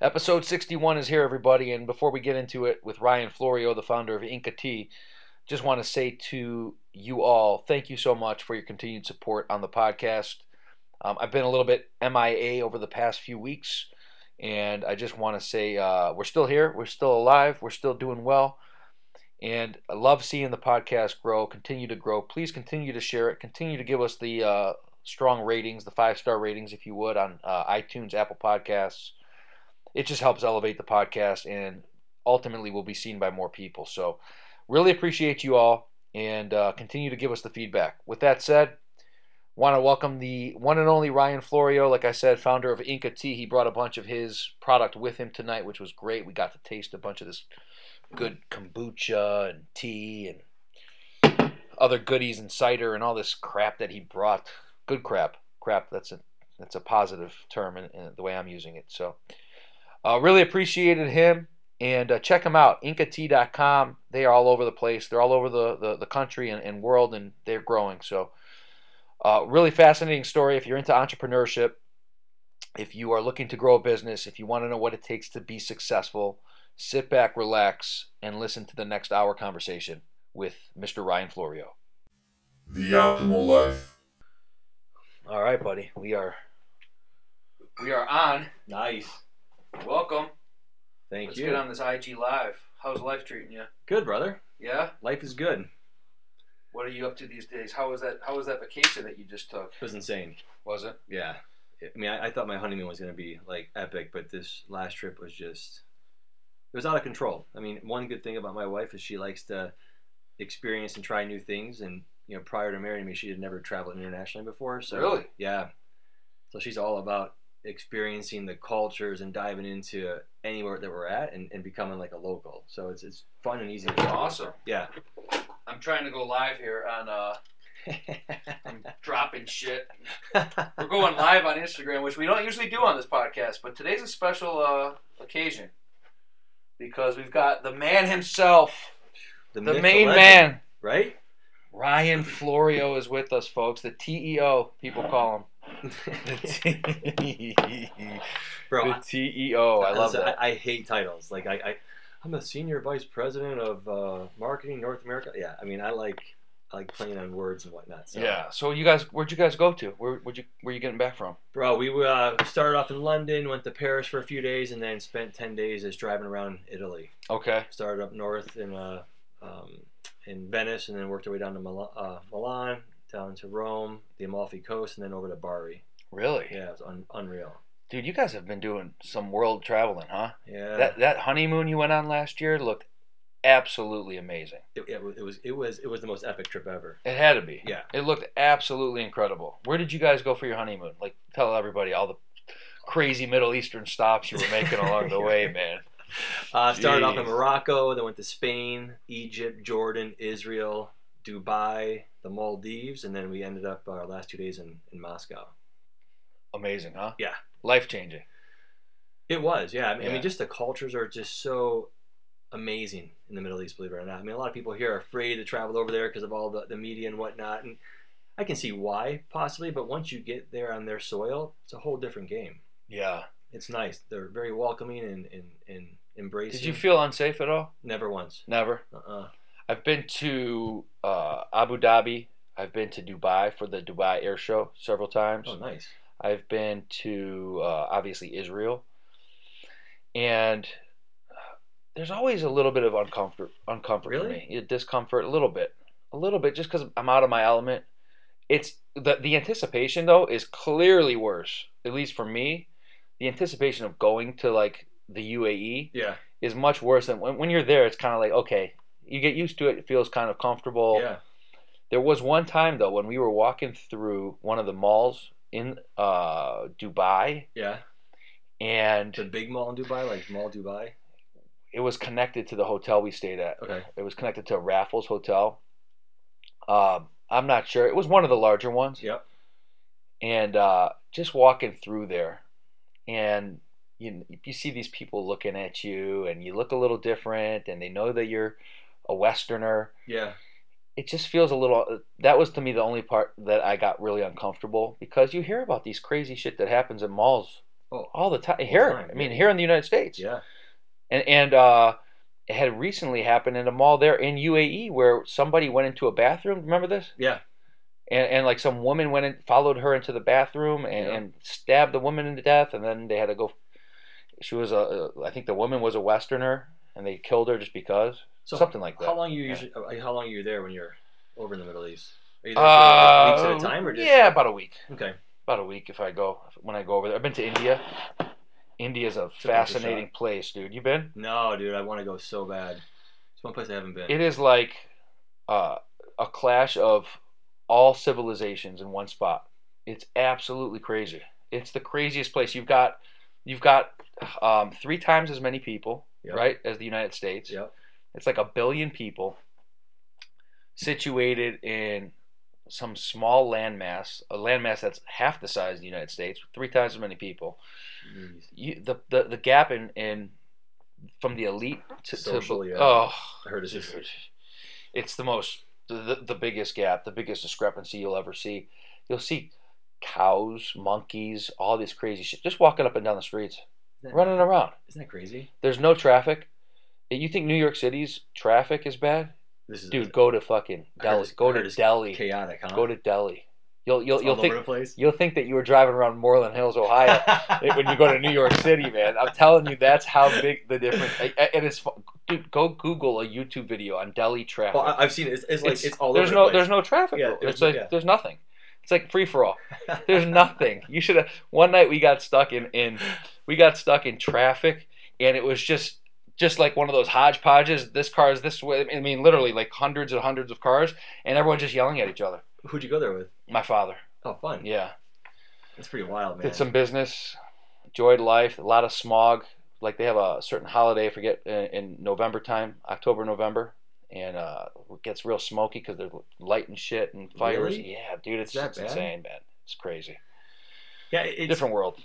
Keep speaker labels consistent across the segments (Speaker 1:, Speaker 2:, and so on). Speaker 1: Episode 61 is here, everybody. And before we get into it with Ryan Florio, the founder of Inca Tea, just want to say to you all, thank you so much for your continued support on the podcast. Um, I've been a little bit MIA over the past few weeks, and I just want to say uh, we're still here, we're still alive, we're still doing well. And I love seeing the podcast grow, continue to grow. Please continue to share it, continue to give us the uh, strong ratings, the five star ratings, if you would, on uh, iTunes, Apple Podcasts. It just helps elevate the podcast and ultimately will be seen by more people. So, really appreciate you all and uh, continue to give us the feedback. With that said, want to welcome the one and only Ryan Florio, like I said, founder of Inca Tea. He brought a bunch of his product with him tonight, which was great. We got to taste a bunch of this good kombucha and tea and other goodies and cider and all this crap that he brought. Good crap. Crap, that's a that's a positive term in, in the way I'm using it. So, uh, really appreciated him and uh, check them out incatea.com they are all over the place they're all over the, the, the country and, and world and they're growing so uh, really fascinating story if you're into entrepreneurship if you are looking to grow a business if you want to know what it takes to be successful sit back relax and listen to the next hour conversation with mr ryan florio
Speaker 2: The Optimal Life.
Speaker 1: all right buddy we are we are on
Speaker 3: Nice.
Speaker 1: welcome
Speaker 3: Thank
Speaker 1: let's
Speaker 3: you.
Speaker 1: get on this ig live how's life treating you
Speaker 3: Good, brother.
Speaker 1: yeah
Speaker 3: Life is good.
Speaker 1: What are you up to these days? How was that? How was that vacation that you just took?
Speaker 3: It was insane.
Speaker 1: Was it?
Speaker 3: Yeah. I mean, I, I thought my honeymoon was going to be like epic, but this last trip was just, it was out of control. I mean, one good thing about my wife is she likes to experience and try new things. And, you know, prior to marrying me, she had never traveled internationally before. So,
Speaker 1: Really?
Speaker 3: Yeah. So she's all about experiencing the cultures and diving into anywhere that we're at and, and becoming like a local. So it's, it's fun and easy.
Speaker 1: Awesome.
Speaker 3: Yeah.
Speaker 1: I'm trying to go live here on. Uh, I'm dropping shit. We're going live on Instagram, which we don't usually do on this podcast, but today's a special uh, occasion because we've got the man himself, the
Speaker 3: myth,
Speaker 1: main
Speaker 3: legend,
Speaker 1: man,
Speaker 3: Right?
Speaker 1: Ryan Florio, is with us, folks. The TEO people call him. The E TEO.
Speaker 3: Bro, I-
Speaker 1: E I love
Speaker 3: Listen,
Speaker 1: that.
Speaker 3: I, I hate titles. Like I, I, I'm a senior vice president of uh, marketing North America. Yeah, I mean, I like, I like playing on words and whatnot. So.
Speaker 1: Yeah. So you guys, where'd you guys go to? Where would you? Where you getting back from?
Speaker 3: Bro, we uh, started off in London, went to Paris for a few days, and then spent ten days just driving around Italy.
Speaker 1: Okay.
Speaker 3: Started up north in uh, um, in Venice, and then worked our way down to Mil- uh, Milan, down to Rome, the Amalfi Coast, and then over to Bari.
Speaker 1: Really?
Speaker 3: Yeah, it was un- unreal.
Speaker 1: Dude, you guys have been doing some world traveling, huh?
Speaker 3: Yeah.
Speaker 1: That that honeymoon you went on last year looked absolutely amazing.
Speaker 3: it, it, was- it was it was it was the most epic trip ever.
Speaker 1: It had to be.
Speaker 3: Yeah.
Speaker 1: It looked absolutely incredible. Where did you guys go for your honeymoon? Like, tell everybody all the crazy Middle Eastern stops you were making along the way, man.
Speaker 3: Uh, started off in
Speaker 1: Jeez.
Speaker 3: Morocco, then went to Spain, Egypt, Jordan, Israel, Dubai, the Maldives, and then we ended up our last two days in, in Moscow.
Speaker 1: Amazing, huh?
Speaker 3: Yeah.
Speaker 1: Life changing.
Speaker 3: It was, yeah. I mean, I
Speaker 1: Yeah.
Speaker 3: mean, just the cultures are just so amazing in the Middle East, believe it or not. I mean, a lot of people here are afraid to travel over there because of all the, the media and whatnot, and I can see why, possibly, but once you get there on their soil, it's a whole different game.
Speaker 1: Yeah.
Speaker 3: It's nice. They're very welcoming and, and, and embracing.
Speaker 1: Did you feel unsafe at all?
Speaker 3: Never once.
Speaker 1: Never.
Speaker 3: Uh-uh.
Speaker 1: I've been to uh, Abu Dhabi. I've been to Dubai for the Dubai Air Show several times.
Speaker 3: Oh, nice.
Speaker 1: I've been to uh, obviously Israel, and uh, there's always a little bit of uncomfort, uncomfort for
Speaker 3: Really?
Speaker 1: me, Yeah, discomfort, a little bit, a little bit, just because I'm out of my element. It's the the anticipation though is clearly worse, at least for me. The anticipation of going to like the UAE
Speaker 3: Yeah.
Speaker 1: is much worse than when, when you're there. It's kind of like okay, you get used to it. It feels kind of comfortable.
Speaker 3: Yeah.
Speaker 1: There was one time though when we were walking through one of the malls in uh, Dubai,
Speaker 3: Yeah. The
Speaker 1: and
Speaker 3: big mall in Dubai, like Mall Dubai.
Speaker 1: it was connected to the hotel we stayed at.
Speaker 3: Okay.
Speaker 1: It was connected to a Raffles hotel. Um, I'm not sure. It was one of the larger ones.
Speaker 3: Yep.
Speaker 1: and uh, just walking through there, and you you see these people looking at you, and you look a little different, and they know that you're a Westerner.
Speaker 3: Yeah.
Speaker 1: It just feels a little. That was to me the only part that I got really uncomfortable because you hear about these crazy shit that happens in malls
Speaker 3: Oh,
Speaker 1: all the time here.
Speaker 3: time,
Speaker 1: I mean,
Speaker 3: yeah.
Speaker 1: here in the United States.
Speaker 3: yeah.
Speaker 1: And and uh, it had recently happened in a mall there in UAE where somebody went into a bathroom. Remember this?
Speaker 3: Yeah.
Speaker 1: And, and like some woman went and followed her into the bathroom and,
Speaker 3: Yeah.
Speaker 1: and stabbed the woman to death, and then they had to go. She was a, I think the woman was a Westerner, and they killed her just because
Speaker 3: So
Speaker 1: something like that.
Speaker 3: How long you
Speaker 1: Yeah.
Speaker 3: usually? uh, How long are you there when you're over in the Middle East? Are you there for
Speaker 1: Uh,
Speaker 3: like, weeks at a time or just
Speaker 1: yeah, about a week.
Speaker 3: Okay.
Speaker 1: About a week if I go when I go over there. I've been to India. India's a
Speaker 3: a
Speaker 1: fascinating place, dude. You been?
Speaker 3: No, dude, I want to go so bad. It's one place I haven't been.
Speaker 1: It is like uh, a clash of all civilizations in one spot. It's absolutely crazy. It's the craziest place. You've got you've got um, three times as many people,
Speaker 3: Yep.
Speaker 1: right, as the United States.
Speaker 3: Yep.
Speaker 1: It's like a billion people situated in some small landmass, a landmass that's half the size of the United States, with three times as many people.
Speaker 3: Jeez.
Speaker 1: You, the, the the gap in, in from the elite to,
Speaker 3: Social,
Speaker 1: to
Speaker 3: yeah.
Speaker 1: oh,
Speaker 3: I heard it's just
Speaker 1: dude. it's the most the, the, the biggest gap, the biggest discrepancy you'll ever see. You'll see cows, monkeys, all this crazy shit just walking up and down the streets,
Speaker 3: isn't that-
Speaker 1: running around.
Speaker 3: Isn't that crazy?
Speaker 1: There's no traffic. You think New York City's traffic is bad?
Speaker 3: This is
Speaker 1: Dude, go to fucking
Speaker 3: I heard
Speaker 1: Delhi.
Speaker 3: it's- I
Speaker 1: Go
Speaker 3: heard
Speaker 1: to
Speaker 3: it's
Speaker 1: Delhi.
Speaker 3: chaotic, huh?
Speaker 1: Go to Delhi. You'll you'll
Speaker 3: It's
Speaker 1: you'll
Speaker 3: all
Speaker 1: think
Speaker 3: over the place.
Speaker 1: you'll think that you were driving around Moreland Hills, Ohio, it- when you go to New York City, man. I'm telling you, that's how big the difference. I- I- And it's fu- dude, go Google a YouTube video on Delhi traffic.
Speaker 3: Well, I- I've seen it. It's, it's like it's,
Speaker 1: It's-
Speaker 3: all
Speaker 1: there's
Speaker 3: over
Speaker 1: no
Speaker 3: the place.
Speaker 1: there's no traffic.
Speaker 3: Yeah,
Speaker 1: rule.
Speaker 3: there's
Speaker 1: it's
Speaker 3: no-
Speaker 1: like
Speaker 3: yeah.
Speaker 1: there's nothing. It's like free for all. There's nothing. You should have. One night we got stuck in in we got stuck in traffic, and it was just just like one of those hodgepodges. This car is this way. I mean, literally like hundreds and hundreds of cars, and everyone just yelling at each other.
Speaker 3: Who'd you go there with?
Speaker 1: My father,
Speaker 3: Oh, fun.
Speaker 1: yeah,
Speaker 3: That's pretty wild, man.
Speaker 1: did some business, enjoyed life. A lot of smog. Like they have a certain holiday. I forget in, in November time, October November. And uh, it gets real smoky because they're lighting shit and fires.
Speaker 3: Really?
Speaker 1: Yeah, dude, it's,
Speaker 3: Is that
Speaker 1: it's
Speaker 3: bad?
Speaker 1: insane, man. It's crazy.
Speaker 3: yeah, it- it's
Speaker 1: Different world.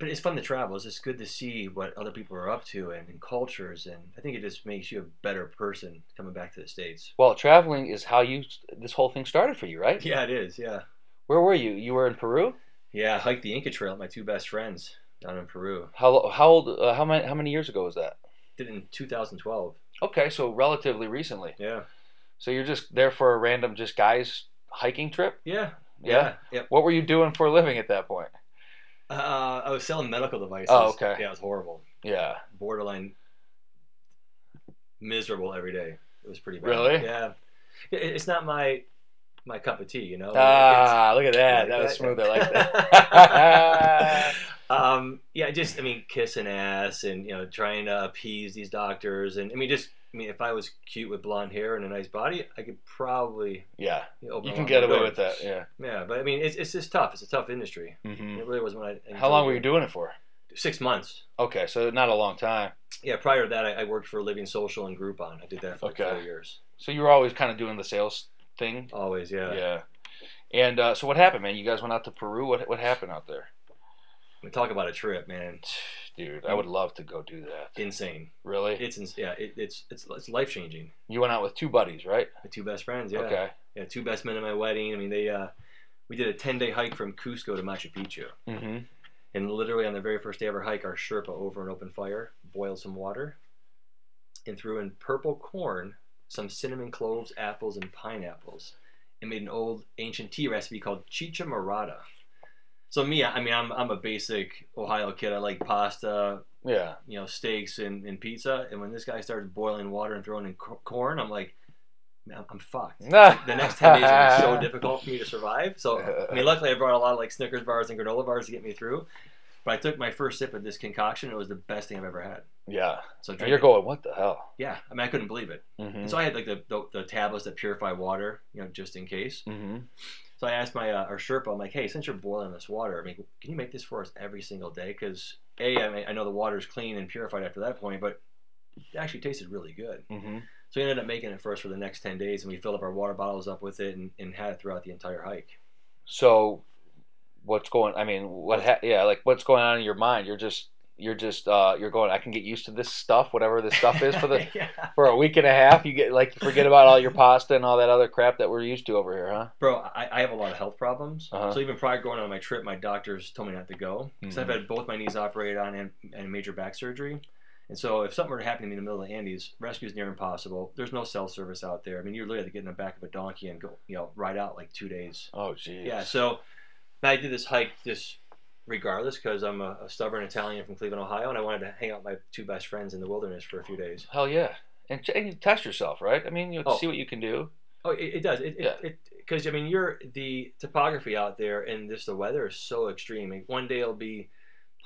Speaker 3: But it's fun to travel. It's just good to see what other people are up to and, and cultures, and I think it just makes you a better person coming back to the states.
Speaker 1: Well, traveling is how you this whole thing started for you, right?
Speaker 3: Yeah, it is. Yeah,
Speaker 1: Where were you? You were in Peru.
Speaker 3: yeah. I hiked the Inca Trail with my two best friends down in Peru.
Speaker 1: How lo- how old? Uh, how many how many years ago was that?
Speaker 3: Did it in 2012.
Speaker 1: Okay, so relatively recently.
Speaker 3: Yeah,
Speaker 1: So you're just there for a random just guys hiking trip.
Speaker 3: yeah, yeah. yeah.
Speaker 1: What were you doing for a living at that point?
Speaker 3: Uh, I was selling medical devices.
Speaker 1: Oh, okay.
Speaker 3: Yeah, it was horrible.
Speaker 1: Yeah.
Speaker 3: Borderline miserable every day. It was pretty bad.
Speaker 1: Really?
Speaker 3: Yeah. It, it's not my my cup of tea, you know. It's-
Speaker 1: Ah, look at that. That was smooth. I like that.
Speaker 3: um, yeah, just I mean, kissing ass and you know, trying to appease these doctors, and I mean, just I mean, if I was cute with blonde hair and a nice body, I could probably
Speaker 1: yeah.
Speaker 3: open
Speaker 1: You
Speaker 3: a
Speaker 1: can
Speaker 3: lot
Speaker 1: get
Speaker 3: more
Speaker 1: away
Speaker 3: doors.
Speaker 1: with that. Yeah.
Speaker 3: Yeah, but I mean, it's it's just tough. It's a tough industry.
Speaker 1: hmm
Speaker 3: It really was when I. I
Speaker 1: How long were you
Speaker 3: enjoyed
Speaker 1: doing it for?
Speaker 3: it. Six months.
Speaker 1: Okay, so not a long time.
Speaker 3: Yeah, prior to that, I, I worked for Living Social and Groupon. I did that for like
Speaker 1: Okay.
Speaker 3: four years.
Speaker 1: So you were always kind of doing the sales thing.
Speaker 3: Always, Oh, yeah.
Speaker 1: Yeah. And uh, so what happened, man? You guys went out to Peru. What what happened out there?
Speaker 3: We talk about a trip, man.
Speaker 1: Dude, I would love to go do that.
Speaker 3: Insane.
Speaker 1: Really?
Speaker 3: It's ins- yeah. It, it's it's it's life changing.
Speaker 1: you went out with two buddies, right?
Speaker 3: My two best friends. Yeah.
Speaker 1: Okay.
Speaker 3: yeah, two best men at my wedding. I mean, they uh, we did a ten day hike from Cusco to Machu Picchu,
Speaker 1: Mm-hmm.
Speaker 3: and literally on the very first day of our hike, our Sherpa over an open fire boiled some water, and threw in purple corn, some cinnamon cloves, apples, and pineapples, and made an old ancient tea recipe called chicha morada. So me, I mean, I'm I'm a basic Ohio kid. I like pasta,
Speaker 1: Yeah.
Speaker 3: you know, steaks and, and pizza. And when this guy starts boiling water and throwing in cor- corn, I'm like, "Man, I'm fucked the next 10 days are so difficult for me to survive. So, I mean, luckily I brought a lot of like Snickers bars and granola bars to get me through. But I took my first sip of this concoction. It was the best thing I've ever had.
Speaker 1: Yeah.
Speaker 3: So
Speaker 1: And
Speaker 3: drink
Speaker 1: you're
Speaker 3: it.
Speaker 1: going, what the hell?
Speaker 3: Yeah, I mean, I couldn't believe it.
Speaker 1: Mm-hmm.
Speaker 3: And so I had like the, the, the tablets that purify water, you know, just in case.
Speaker 1: mm-hmm.
Speaker 3: So I asked my uh, our Sherpa, I'm like, hey, since you're boiling this water, I mean, can you make this for us every single day? Because a, I mean, I know the water's clean and purified after that point, but it actually tasted really good.
Speaker 1: Mm-hmm.
Speaker 3: So we ended up making it for us for the next 10 days, and we filled up our water bottles up with it and, and had it throughout the entire hike.
Speaker 1: So, what's going? I mean, what? Ha- yeah, like what's going on in your mind? You're just You're just uh, you're going. I can get used to this stuff, whatever this stuff is for the
Speaker 3: yeah.
Speaker 1: for a week and a half. You get like you forget about all your pasta and all that other crap that we're used to over here, huh?
Speaker 3: Bro, I, I have a lot of health problems.
Speaker 1: Uh-huh.
Speaker 3: So even prior to going on my trip, my doctors told me not to go because
Speaker 1: Mm-hmm.
Speaker 3: I've had both my knees operated on and, and major back surgery. And so if something were to happen to me in the middle of the Andes, rescue is near impossible. There's no cell service out there. I mean, you literally have to get in the back of a donkey and go, you know, ride out like two days.
Speaker 1: Oh, jeez.
Speaker 3: Yeah. So I did this hike just regardless because I'm a, a stubborn Italian from Cleveland, Ohio, and I wanted to hang out with my two best friends in the wilderness for a few days.
Speaker 1: Hell yeah. And, ch- and you test yourself, right? I mean, you
Speaker 3: Oh.
Speaker 1: see what you can do.
Speaker 3: Oh, it, it does. It,
Speaker 1: Yeah.
Speaker 3: it it because I mean, you're the topography out there, and just the weather is so extreme. Like one day it'll be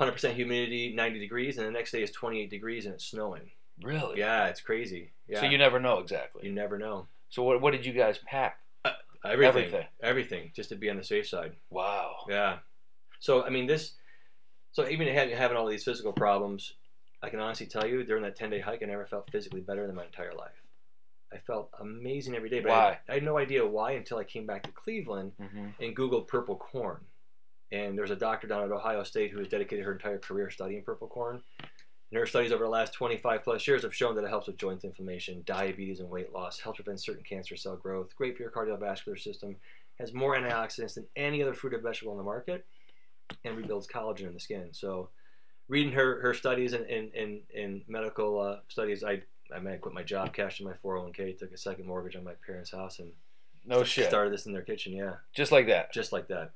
Speaker 3: 100% humidity, 90 degrees, and the next day it's 28 degrees and it's snowing.
Speaker 1: Really?
Speaker 3: Yeah, it's crazy. Yeah,
Speaker 1: So you never know exactly.
Speaker 3: you never know.
Speaker 1: So what, what did you guys pack?
Speaker 3: Everything, everything,
Speaker 1: Everything.
Speaker 3: just to be on the safe side.
Speaker 1: Wow.
Speaker 3: Yeah. So I mean, this. So even having having all these physical problems, I can honestly tell you, during that 10 day hike, I never felt physically better than my entire life. I felt amazing every day, but I,
Speaker 1: Why?
Speaker 3: I had no idea why until I came back to Cleveland
Speaker 1: hmm
Speaker 3: and Googled purple corn. And there's a doctor down at Ohio State who has dedicated her entire career studying purple corn. And her studies over the last 25 plus years have shown that it helps with joint inflammation, diabetes, and weight loss, helps prevent certain cancer cell growth, great for your cardiovascular system, has more antioxidants than any other fruit or vegetable on the market, and rebuilds collagen in the skin. So, reading her, her studies and in, in, in medical uh, studies, I, I mean, I quit my job, cashed in my 401k, took a second mortgage on my parents' house, and
Speaker 1: No shit.
Speaker 3: started this in their kitchen. Yeah
Speaker 1: Just like that.
Speaker 3: just like that.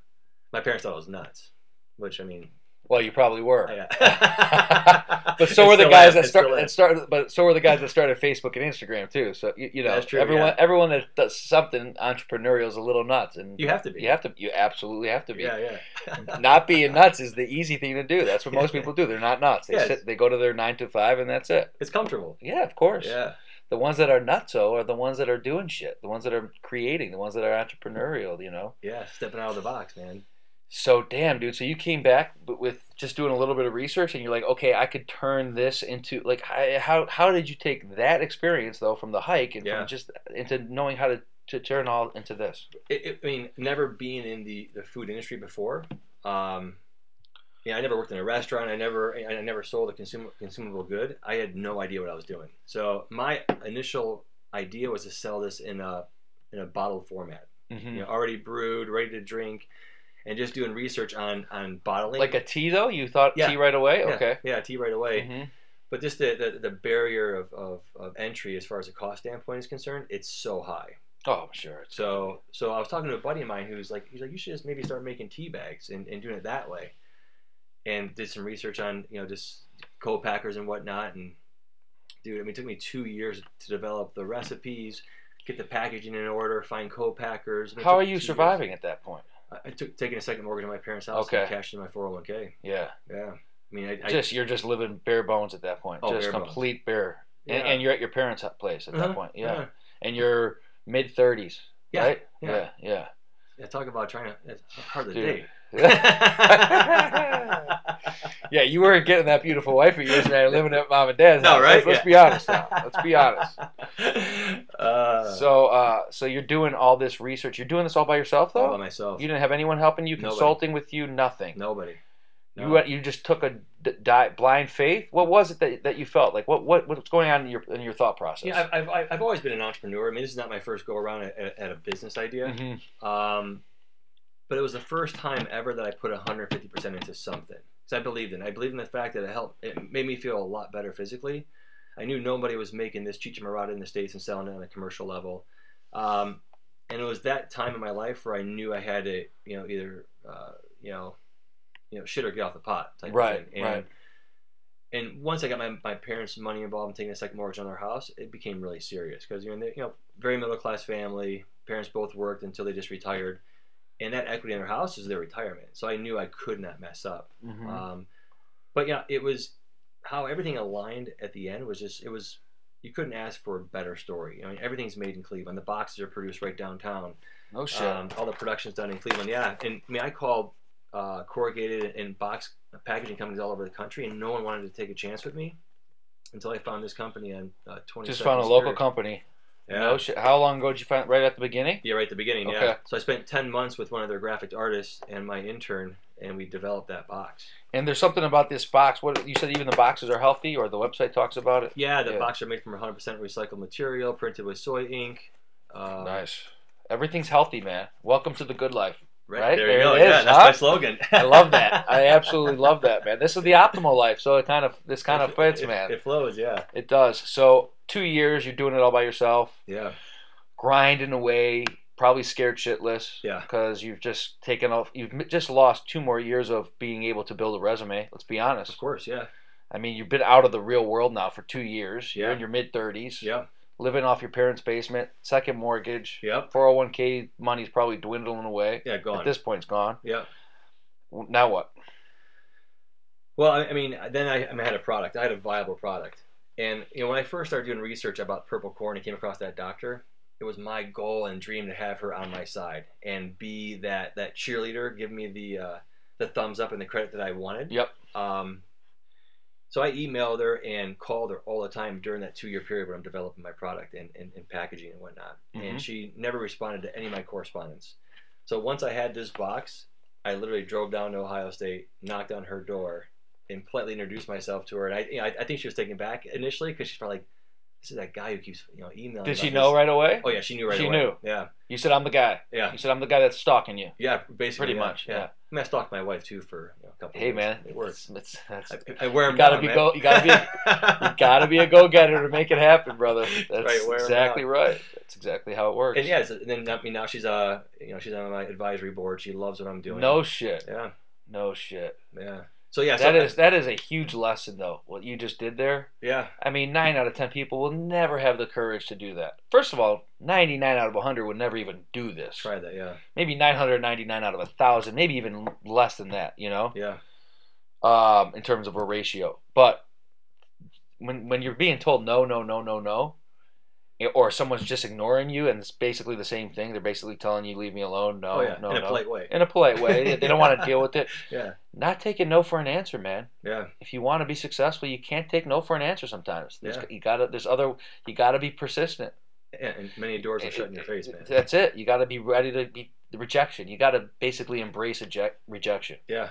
Speaker 3: My parents thought I was nuts, which I mean,
Speaker 1: Well, you probably were.
Speaker 3: yeah.
Speaker 1: But so were the guys that start that started. But so were the guys that started Facebook and Instagram too. So you, you know,
Speaker 3: That's true,
Speaker 1: everyone
Speaker 3: yeah.
Speaker 1: everyone that does something entrepreneurial is a little nuts, and
Speaker 3: You have to be.
Speaker 1: you have to you absolutely have to be.
Speaker 3: Yeah, yeah.
Speaker 1: Not being nuts is the easy thing to do. That's what most people do. They're not nuts. They
Speaker 3: Yes.
Speaker 1: sit, they go to their nine to five, and that's it.
Speaker 3: It's comfortable.
Speaker 1: Yeah, of course.
Speaker 3: Yeah.
Speaker 1: The ones that are nutso are the ones that are doing shit. The ones that are creating. The ones that are entrepreneurial. You know.
Speaker 3: Yeah. Stepping out of the box, man.
Speaker 1: So damn, dude. So you came back but with just doing a little bit of research, and you're like, okay, I could turn this into like hi- how how did you take that experience though from the hike and
Speaker 3: Yeah.
Speaker 1: from just into knowing how to to turn all into this?
Speaker 3: It, it, I mean, never being in the, the food industry before. Um, yeah, I never worked in a restaurant. I never I I never sold a consumer, consumable good. I had no idea what I was doing. So my initial idea was to sell this in a in a bottled format.
Speaker 1: Mm-hmm.
Speaker 3: you know, already brewed, ready to drink, and just doing research on on bottling.
Speaker 1: Like a tea though, you thought
Speaker 3: Yeah.
Speaker 1: tea right away.
Speaker 3: yeah,
Speaker 1: Okay.
Speaker 3: yeah, tea right away.
Speaker 1: Mhm.
Speaker 3: But just the, the the barrier of, of of entry as far as the cost standpoint is concerned, it's so high.
Speaker 1: Oh, I'm sure. It's,
Speaker 3: So so I was talking to a buddy of mine who's like he's like you should just maybe start making tea bags and, and doing it that way, and did some research on you know just co-packers and whatnot and dude I mean it took me two years to develop the recipes, get the packaging in order, find co-packers. I mean, it
Speaker 1: how
Speaker 3: took
Speaker 1: are
Speaker 3: two
Speaker 1: you
Speaker 3: years.
Speaker 1: surviving at that point?
Speaker 3: I- I took taking a second mortgage at my parents' house
Speaker 1: Okay.
Speaker 3: and cashed in my 401k.
Speaker 1: Yeah.
Speaker 3: Yeah. I mean, I, I
Speaker 1: just you're just living bare bones at that point.
Speaker 3: Oh,
Speaker 1: just
Speaker 3: bare bones.
Speaker 1: complete bare.
Speaker 3: yeah,
Speaker 1: And, and you're at your parents' place at
Speaker 3: Uh-huh,
Speaker 1: that point. Yeah. And you're mid thirties,
Speaker 3: Yeah,
Speaker 1: right?
Speaker 3: yeah.
Speaker 1: Yeah.
Speaker 3: yeah, talk about trying to it's hard to
Speaker 1: Dude.
Speaker 3: date.
Speaker 1: Yeah. Yeah, you weren't getting that beautiful wife of yours, man, living at mom and dad's.
Speaker 3: No,
Speaker 1: house.
Speaker 3: right?
Speaker 1: Let's, let's
Speaker 3: Yeah.
Speaker 1: be honest now. Let's be honest.
Speaker 3: Uh,
Speaker 1: So, uh, so you're doing all this research. You're doing this all by yourself,
Speaker 3: all
Speaker 1: though.
Speaker 3: by myself.
Speaker 1: you didn't have anyone helping you,
Speaker 3: Nobody.
Speaker 1: consulting with you, nothing.
Speaker 3: Nobody.
Speaker 1: You
Speaker 3: No.
Speaker 1: went- you just took a d- di- blind faith. What was it that, that you felt like? What what what's going on in your in your thought process?
Speaker 3: yeah, I've, I've, I've always been an entrepreneur. I mean, this is not my first go around at, at, at a business idea.
Speaker 1: Mhm.
Speaker 3: Um, but it was the first time ever that I put 150% into something. Because I believed in it. I believed in the fact that it helped. It made me feel a lot better physically. I knew nobody was making this chicharrada in the States and selling it on a commercial level. Um, and it was that time in my life where I knew I had to, you know, either, uh, you know, you know, shit or get off the pot type of
Speaker 1: Right,
Speaker 3: thing. And,
Speaker 1: right.
Speaker 3: And once I got my, my parents' money involved in taking a second mortgage on our house, it became really serious because you know, they, you know, very middle class family. Parents both worked until they just retired, and that equity in their house is their retirement. So I knew I could not mess up.
Speaker 1: Mhm.
Speaker 3: Um, but yeah, it was how everything aligned at the end was just it was you couldn't ask for a better story. I mean, everything's made in Cleveland. The boxes are produced right downtown.
Speaker 1: no Oh, shit.
Speaker 3: Um, all the production's done in Cleveland. Yeah, and I mean, I called uh, corrugated and box uh, packaging companies all over the country, and no one wanted to take a chance with me until I found this company on uh, twenty.
Speaker 1: just found a local company.
Speaker 3: Yeah.
Speaker 1: No shit. How long ago did you find? Right at the beginning.
Speaker 3: Yeah, right at the beginning.
Speaker 1: Okay.
Speaker 3: Yeah. So I spent ten months with one of their graphic artists and my intern, and we developed that box.
Speaker 1: And there's something about this box. What you said, even the boxes are healthy, or the website talks about it.
Speaker 3: Yeah, the
Speaker 1: Yeah.
Speaker 3: box are made from 100% recycled material, printed with soy ink. Uh,
Speaker 1: nice. Everything's healthy, man. Welcome to the good life.
Speaker 3: Right,
Speaker 1: Right,
Speaker 3: there,
Speaker 1: there
Speaker 3: you go.
Speaker 1: it
Speaker 3: yeah,
Speaker 1: is,
Speaker 3: that's
Speaker 1: huh?
Speaker 3: my slogan.
Speaker 1: I love that. I absolutely love that, man. This is the optimal life. So it kind of this kind of
Speaker 3: It-
Speaker 1: fits,
Speaker 3: it-
Speaker 1: man.
Speaker 3: It flows, yeah,
Speaker 1: It does. So two years, you're doing it all by yourself,
Speaker 3: yeah,
Speaker 1: grinding away, probably scared shitless.
Speaker 3: yeah.
Speaker 1: Because you've just taken off, you've m- just lost two more years of being able to build a resume. Let's be honest.
Speaker 3: Of course, yeah,
Speaker 1: I mean, you've been out of the real world now for two years. You're
Speaker 3: Yeah.
Speaker 1: in your mid 30s,
Speaker 3: yeah,
Speaker 1: living off your parents' basement, second mortgage.
Speaker 3: Yep.
Speaker 1: 401k money's probably dwindling away.
Speaker 3: yeah. Gone.
Speaker 1: At this point, it's gone.
Speaker 3: yeah.
Speaker 1: W- Now what?
Speaker 3: Well, I I mean, then I, I had a product. I had a viable product. And you know, when I first started doing research about purple corn and came across that doctor, it was my goal and dream to have her on my side and be that that cheerleader, give me the uh, the thumbs up and the credit that I wanted.
Speaker 1: Yep.
Speaker 3: Um, so I emailed her and called her all the time during that two year period when I'm developing my product and, and, and packaging and whatnot.
Speaker 1: Mhm.
Speaker 3: And she never responded to any of my correspondence. So once I had this box, I literally drove down to Ohio State, knocked on her door, and politely introduced myself to her. And I, you know, I, I think she was taken back initially because she's probably like, "This is that guy who keeps, you know, emailing."
Speaker 1: Did she
Speaker 3: about
Speaker 1: know
Speaker 3: this."
Speaker 1: right away?
Speaker 3: Oh yeah, she knew right
Speaker 1: She
Speaker 3: away.
Speaker 1: knew.
Speaker 3: Yeah,
Speaker 1: You said I'm the guy.
Speaker 3: yeah,
Speaker 1: You said I'm the guy that's stalking you.
Speaker 3: yeah. Basically,
Speaker 1: Pretty
Speaker 3: yeah,
Speaker 1: much,
Speaker 3: Yeah.
Speaker 1: yeah.
Speaker 3: I mean, I stalked my wife too for you know, a couple.
Speaker 1: Hey
Speaker 3: years.
Speaker 1: man,
Speaker 3: it works.
Speaker 1: It's, it's, that's,
Speaker 3: I, I wear 'em
Speaker 1: gotta
Speaker 3: down,
Speaker 1: be
Speaker 3: man.
Speaker 1: go- you gotta
Speaker 3: be.
Speaker 1: you gotta be a go-getter to make it happen, brother. That's
Speaker 3: Right, wear 'em
Speaker 1: exactly right. That's exactly how it works.
Speaker 3: And yeah, so, and then I mean, now she's uh, you know, she's on my advisory board. She loves what I'm doing.
Speaker 1: no shit,
Speaker 3: Yeah,
Speaker 1: no shit.
Speaker 3: yeah. So yeah,
Speaker 1: That
Speaker 3: so,
Speaker 1: is that is a huge lesson though. What you just did there.
Speaker 3: yeah,
Speaker 1: I mean, nine out of ten people will never have the courage to do that. First of all, ninety-nine out of hundred would never even do this.
Speaker 3: try that. Yeah,
Speaker 1: Maybe nine hundred ninety-nine out of a thousand, maybe even less than that. You know.
Speaker 3: yeah,
Speaker 1: um, in terms of a ratio. But when when you're being told no, no, no, no, no, or someone's just ignoring you, and it's basically the same thing. They're basically telling you, "Leave me alone." No,
Speaker 3: oh yeah,
Speaker 1: no,
Speaker 3: in a
Speaker 1: no.
Speaker 3: polite way.
Speaker 1: in a polite way. They don't want to deal with it.
Speaker 3: Yeah.
Speaker 1: Not taking no for an answer, man.
Speaker 3: Yeah,
Speaker 1: If you want to be successful, you can't take no for an answer. Sometimes there's,
Speaker 3: Yeah.
Speaker 1: you gotta. There's other. You gotta be persistent.
Speaker 3: and, and many doors are shut in your face, man.
Speaker 1: That's it. You gotta be ready to be the rejection. You gotta basically embrace eject, rejection.
Speaker 3: Yeah,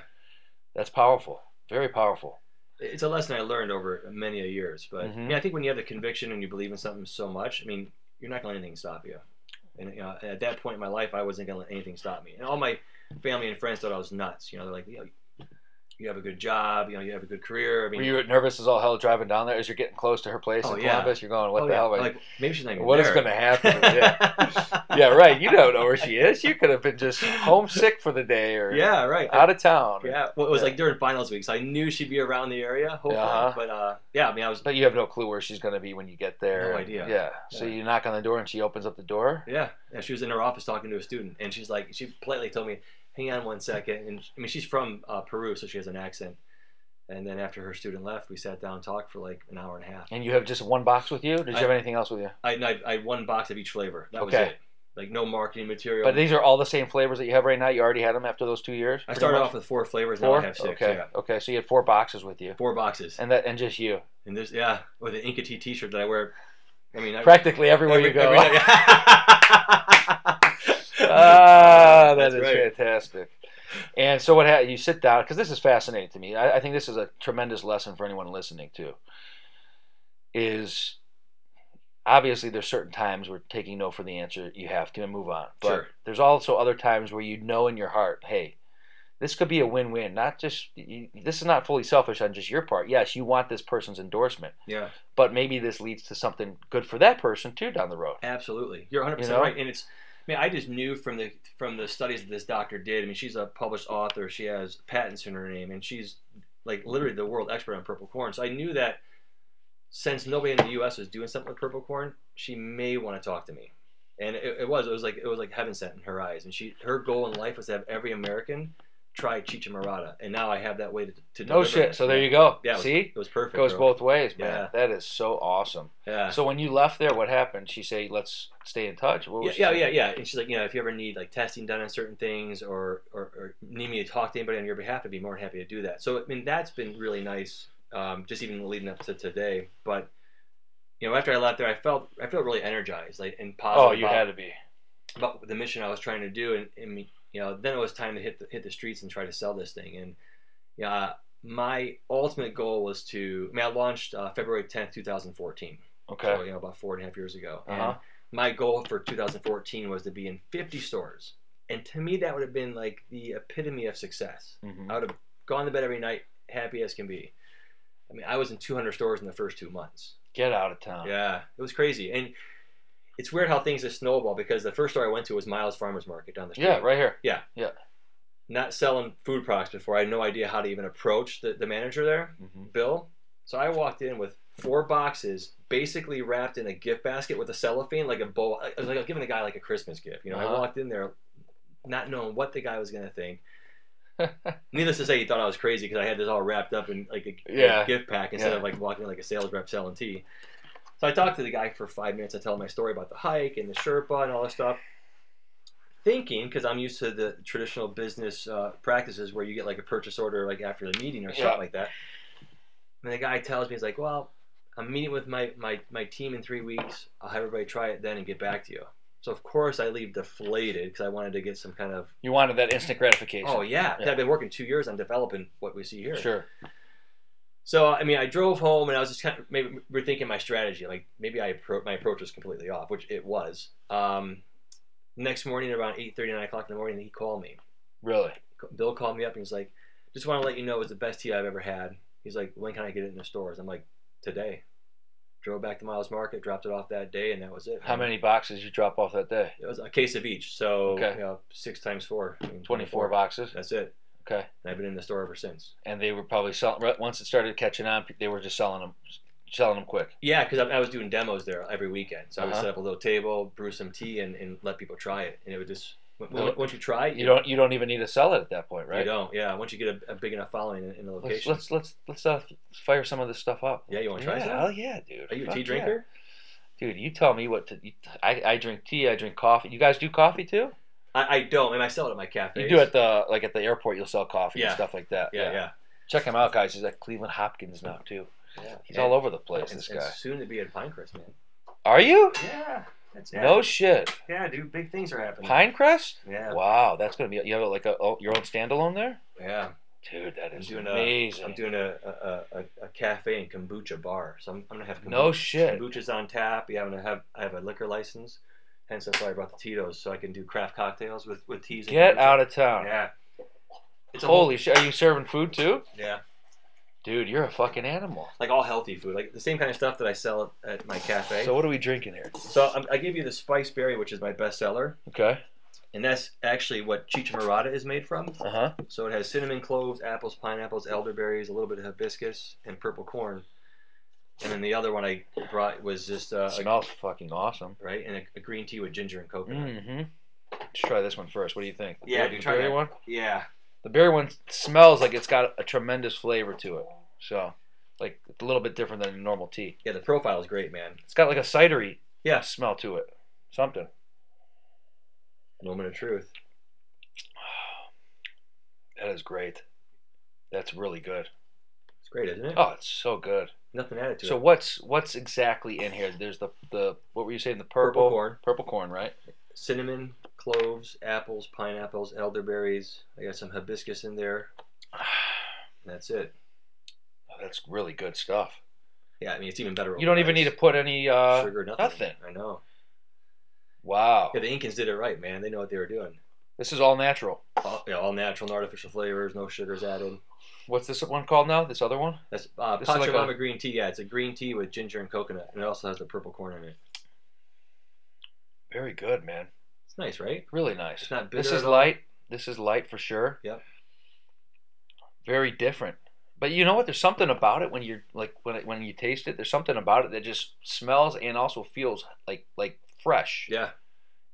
Speaker 1: That's powerful. Very powerful.
Speaker 3: it's a lesson I learned over many a years. But
Speaker 1: Mhm.
Speaker 3: I, mean, I think when you have the conviction and you believe in something so much, I mean, you're not going to let anything stop you. And you know, at that point in my life, I wasn't going to let anything stop me. And all my family and friends thought I was nuts. You know, they're like, you, know, you have a good job. You know, you have a good career. I mean,
Speaker 1: Were you nervous as all hell driving down there as you're getting close to her place
Speaker 3: Oh,
Speaker 1: in
Speaker 3: yeah.
Speaker 1: Columbus? You're going, what
Speaker 3: oh,
Speaker 1: the
Speaker 3: yeah.
Speaker 1: hell? Like,
Speaker 3: Like, maybe she's not even
Speaker 1: what is
Speaker 3: there.
Speaker 1: going to happen? yeah. yeah, right. You don't know where she is. You could have been just homesick for the day or
Speaker 3: Yeah, right. I-
Speaker 1: out of town.
Speaker 3: yeah, well, it was
Speaker 1: Yeah.
Speaker 3: like during finals week, so I knew she'd be around the area, hopefully.
Speaker 1: Uh-huh.
Speaker 3: But uh, yeah, I mean, I was,
Speaker 1: But you have no clue where she's going to be when you get there.
Speaker 3: No idea.
Speaker 1: Yeah. So
Speaker 3: Yeah.
Speaker 1: you knock on the door and she opens up the door.
Speaker 3: Yeah, yeah. She was in her office talking to a student, and she's like, she politely told me, "Hang on one second. And I mean, she's from uh, Peru, so she has an accent. And then after her student left, we sat down and talked for like an hour and a half.
Speaker 1: And you have just one box with you? Did you
Speaker 3: I-
Speaker 1: have anything else with you?
Speaker 3: I, and I, I had one box of each flavor. That was
Speaker 1: Okay.
Speaker 3: it. Like no marketing material.
Speaker 1: But these are all the same flavors that you have right now. You already had them after those two years?
Speaker 3: I
Speaker 1: pretty
Speaker 3: started
Speaker 1: much?
Speaker 3: off with four flavors.
Speaker 1: four.
Speaker 3: Now I have six.
Speaker 1: okay.
Speaker 3: Yeah.
Speaker 1: Okay. So you had four boxes with you.
Speaker 3: Four boxes. And,
Speaker 1: And that and just you.
Speaker 3: this, yeah, with an Inca Tea T-shirt that I wear. I mean, I,
Speaker 1: Practically everywhere you go.
Speaker 3: night-
Speaker 1: ah, that
Speaker 3: That's
Speaker 1: is
Speaker 3: right.
Speaker 1: fantastic. And so what ha- you sit down because this is fascinating to me. I, I think this is a tremendous lesson for anyone listening too. Is obviously there's certain times where taking no for the answer you have to and move on. But
Speaker 3: Sure.
Speaker 1: there's also other times where you know in your heart, hey, this could be a win-win. Not just you, this is not fully selfish on just your part. Yes, you want this person's endorsement,
Speaker 3: Yeah.
Speaker 1: but maybe this leads to something good for that person too down the road.
Speaker 3: Absolutely, you're 100
Speaker 1: You know?
Speaker 3: percent right, and it's. I mean, I just knew from the from the studies that this doctor did. I mean, she's a published author. She has patents in her name, and she's like literally the world expert on purple corn. So I knew that since nobody in the U.S. was doing something with purple corn, she may want to talk to me. And it, it was it was like it was like heaven sent in her eyes. And she her goal in life was to have every American try chicha morada, and now I have that way to to
Speaker 1: No
Speaker 3: deliver
Speaker 1: shit.
Speaker 3: it.
Speaker 1: So there you go.
Speaker 3: Yeah, it was,
Speaker 1: See,
Speaker 3: it was perfect.
Speaker 1: goes
Speaker 3: bro.
Speaker 1: both ways, man. That is so awesome.
Speaker 3: Yeah.
Speaker 1: So when you left there, what happened? She say, "Let's stay in touch." What
Speaker 3: Yeah,
Speaker 1: was she
Speaker 3: yeah, yeah,
Speaker 1: saying?
Speaker 3: yeah. And she's like, you know, if you ever need like testing done on certain things, or, or or need me to talk to anybody on your behalf, I'd be more than happy to do that. So I mean, that's been really nice, um, just even leading up to today. But you know, after I left there, I felt I felt really energized, like and
Speaker 1: Oh,
Speaker 3: positive.
Speaker 1: you
Speaker 3: about,
Speaker 1: had to be.
Speaker 3: about the mission I was trying to do, and, and you know, then it was time to hit the, hit the streets and try to sell this thing. And yeah, my ultimate goal was to. I mean, I launched uh, February 10th, 2014.
Speaker 1: Okay.
Speaker 3: So you know, about four and a half years ago.
Speaker 1: Uh-huh.
Speaker 3: And my goal for 2014 was to be in 50 stores, and to me, that would have been like the epitome of success.
Speaker 1: Mhm.
Speaker 3: I would have gone to bed every night happy as can be. I mean, I was in 200 stores in the first two months.
Speaker 1: Get out of town.
Speaker 3: Yeah, it was crazy, and it's weird how things just snowball because the first store I went to was Miles Farmers Market down the street.
Speaker 1: Yeah, right here.
Speaker 3: Not selling food products before, I had no idea how to even approach the, the manager there,
Speaker 1: hmm
Speaker 3: Bill. So I walked in with four boxes, basically wrapped in a gift basket with a cellophane, like a bowl. It was like I was giving a guy like a Christmas gift. You know, I
Speaker 1: Uh-huh.
Speaker 3: walked in there, not knowing what the guy was gonna think. Needless to say, he thought I was crazy because I had this all wrapped up in like a, a
Speaker 1: Yeah.
Speaker 3: gift pack instead
Speaker 1: Yeah.
Speaker 3: of like walking in like a sales rep selling tea. So I talked to the guy for five minutes. I tell him my story about the hike and the Sherpa and all this stuff. Thinking, because I'm used to the traditional business uh, practices where you get like a purchase order like after the meeting or
Speaker 1: Yeah.
Speaker 3: something like that. And the guy tells me, he's like, well, I'm meeting with my, my, my team in three weeks. I'll have everybody try it then and get back to you. So, of course, I leave deflated because I wanted to get some kind of,
Speaker 1: You wanted that instant gratification.
Speaker 3: oh, yeah.
Speaker 1: Yeah.
Speaker 3: I've been working two years on developing what we see here.
Speaker 1: Sure.
Speaker 3: So I mean, I drove home and I was just kind of maybe rethinking my strategy. Like maybe I appro- my approach was completely off, which it was. Um, next morning, around 8, 9 o'clock in the morning, he called me.
Speaker 1: Really.
Speaker 3: Bill called me up and he's like, "Just want to let you know it was the best tea I've ever had." He's like, "When can I get it in the stores?" I'm like, "Today." Drove back to Miles Market, dropped it off that day, and that was it.
Speaker 1: How many boxes you drop off that day?
Speaker 3: It was a case of each, so
Speaker 1: Okay.
Speaker 3: you know, six times four. I mean,
Speaker 1: 24 boxes.
Speaker 3: That's it.
Speaker 1: Okay.
Speaker 3: And I've been in the store ever since.
Speaker 1: And they were probably selling, right- once it started catching on, they were just selling them, selling them quick.
Speaker 3: Yeah, because I, I was doing demos there every weekend. So I would
Speaker 1: Uh-huh.
Speaker 3: set up a little table, brew some tea, and, and let people try it. And it would just w- w-
Speaker 1: Really?
Speaker 3: once you try, it,
Speaker 1: You don't, you don't even need to sell it at that point,
Speaker 3: you
Speaker 1: right?
Speaker 3: don't. Yeah, once you get a, a big enough following in, in the
Speaker 1: Let's,
Speaker 3: location.
Speaker 1: let's, let's, let's uh, fire some of this stuff up.
Speaker 3: yeah, you want to try
Speaker 1: yeah,
Speaker 3: some?
Speaker 1: hell yeah, dude.
Speaker 3: Are you a
Speaker 1: Fuck
Speaker 3: tea
Speaker 1: yeah.
Speaker 3: drinker?
Speaker 1: Dude, you tell me what to. You, I, I drink tea. I drink coffee. You guys do coffee too?
Speaker 3: I, I don't, and I sell it at my cafe.
Speaker 1: You do at the like at the airport. You'll sell coffee and
Speaker 3: Yeah.
Speaker 1: stuff like that.
Speaker 3: Yeah, yeah.
Speaker 1: Check him out, guys. He's at Cleveland Hopkins now too.
Speaker 3: yeah.
Speaker 1: He's all over the place. This guy.
Speaker 3: soon to be at Pinecrest, man.
Speaker 1: Are you?
Speaker 3: Yeah, that's
Speaker 1: No shit.
Speaker 3: Yeah, dude, big things are happening.
Speaker 1: Pinecrest.
Speaker 3: yeah,
Speaker 1: Wow, that's gonna be. You have like a oh, your own standalone there,
Speaker 3: yeah.
Speaker 1: dude. That
Speaker 3: I'm
Speaker 1: is
Speaker 3: doing a-
Speaker 1: amazing.
Speaker 3: I'm doing a a, a, a cafe and kombucha bar, so I'm, I'm gonna have kombucha.
Speaker 1: no shit.
Speaker 3: Kombucha's on tap. Yeah, I'm gonna have I have a liquor license, hence that's why I brought the Tito's, so I can do craft cocktails with with teas. and
Speaker 1: Get
Speaker 3: kombucha.
Speaker 1: out of town.
Speaker 3: Yeah. It's a whole-
Speaker 1: Holy shit. Are you serving food too?
Speaker 3: yeah,
Speaker 1: Dude, you're a fucking animal.
Speaker 3: like all healthy food, like the same kind of stuff that I sell at, at my cafe.
Speaker 1: So
Speaker 3: So,
Speaker 1: what are we drinking here?
Speaker 3: I'm, I give you the spice berry, which is my best seller,
Speaker 1: Okay.
Speaker 3: and that's actually what chicha morada is made from.
Speaker 1: Uh huh.
Speaker 3: So it has cinnamon cloves, apples, pineapples, elderberries, a little bit of hibiscus, and purple corn. And then the other one I brought was just uh, a,
Speaker 1: Smells fucking awesome.
Speaker 3: right and a, a green tea with ginger and coconut.
Speaker 1: Mm-hmm. Let's try this one first. What do you think?
Speaker 3: Yeah,
Speaker 1: the
Speaker 3: dude, try
Speaker 1: berry
Speaker 3: that.
Speaker 1: one.
Speaker 3: Yeah,
Speaker 1: The berry one smells like it's got a tremendous flavor to it. So, like it's a little bit different than a normal tea.
Speaker 3: yeah, the profile is great, man.
Speaker 1: It's got like a cidery
Speaker 3: Yeah.
Speaker 1: smell to it. Something.
Speaker 3: Moment of truth.
Speaker 1: That is great. That's really good.
Speaker 3: It's great, isn't it?
Speaker 1: Oh, it's so good.
Speaker 3: Nothing added to
Speaker 1: So
Speaker 3: it.
Speaker 1: what's what's exactly in here? There's the the what were you saying? The purple,
Speaker 3: Purple corn.
Speaker 1: Purple corn, right?
Speaker 3: Cinnamon, cloves, apples, pineapples, elderberries. I got some hibiscus in there. That's it.
Speaker 1: Oh, that's really good stuff.
Speaker 3: Yeah, I mean it's even better.
Speaker 1: You don't even need to put any. uh
Speaker 3: sugar, nothing.
Speaker 1: nothing.
Speaker 3: I know.
Speaker 1: Wow.
Speaker 3: Yeah, the Incans did it right, man. They know what they were doing.
Speaker 1: This is all natural.
Speaker 3: All, yeah, all natural, no artificial flavors, no sugars added.
Speaker 1: What's this one called now? This other one?
Speaker 3: That's uh,
Speaker 1: This is like
Speaker 3: Pacha
Speaker 1: a-
Speaker 3: Mama green tea. Yeah, it's a green tea with ginger and coconut, and it also has the purple corn in it.
Speaker 1: Very good, man.
Speaker 3: It's nice, right?
Speaker 1: Really nice.
Speaker 3: It's not bitter.
Speaker 1: This is
Speaker 3: at all.
Speaker 1: light. This is light for sure.
Speaker 3: Yep.
Speaker 1: Very different. But you know what? There's something about it when you're like when it, when you taste it. There's something about it that just smells and also feels like like fresh.
Speaker 3: Yeah,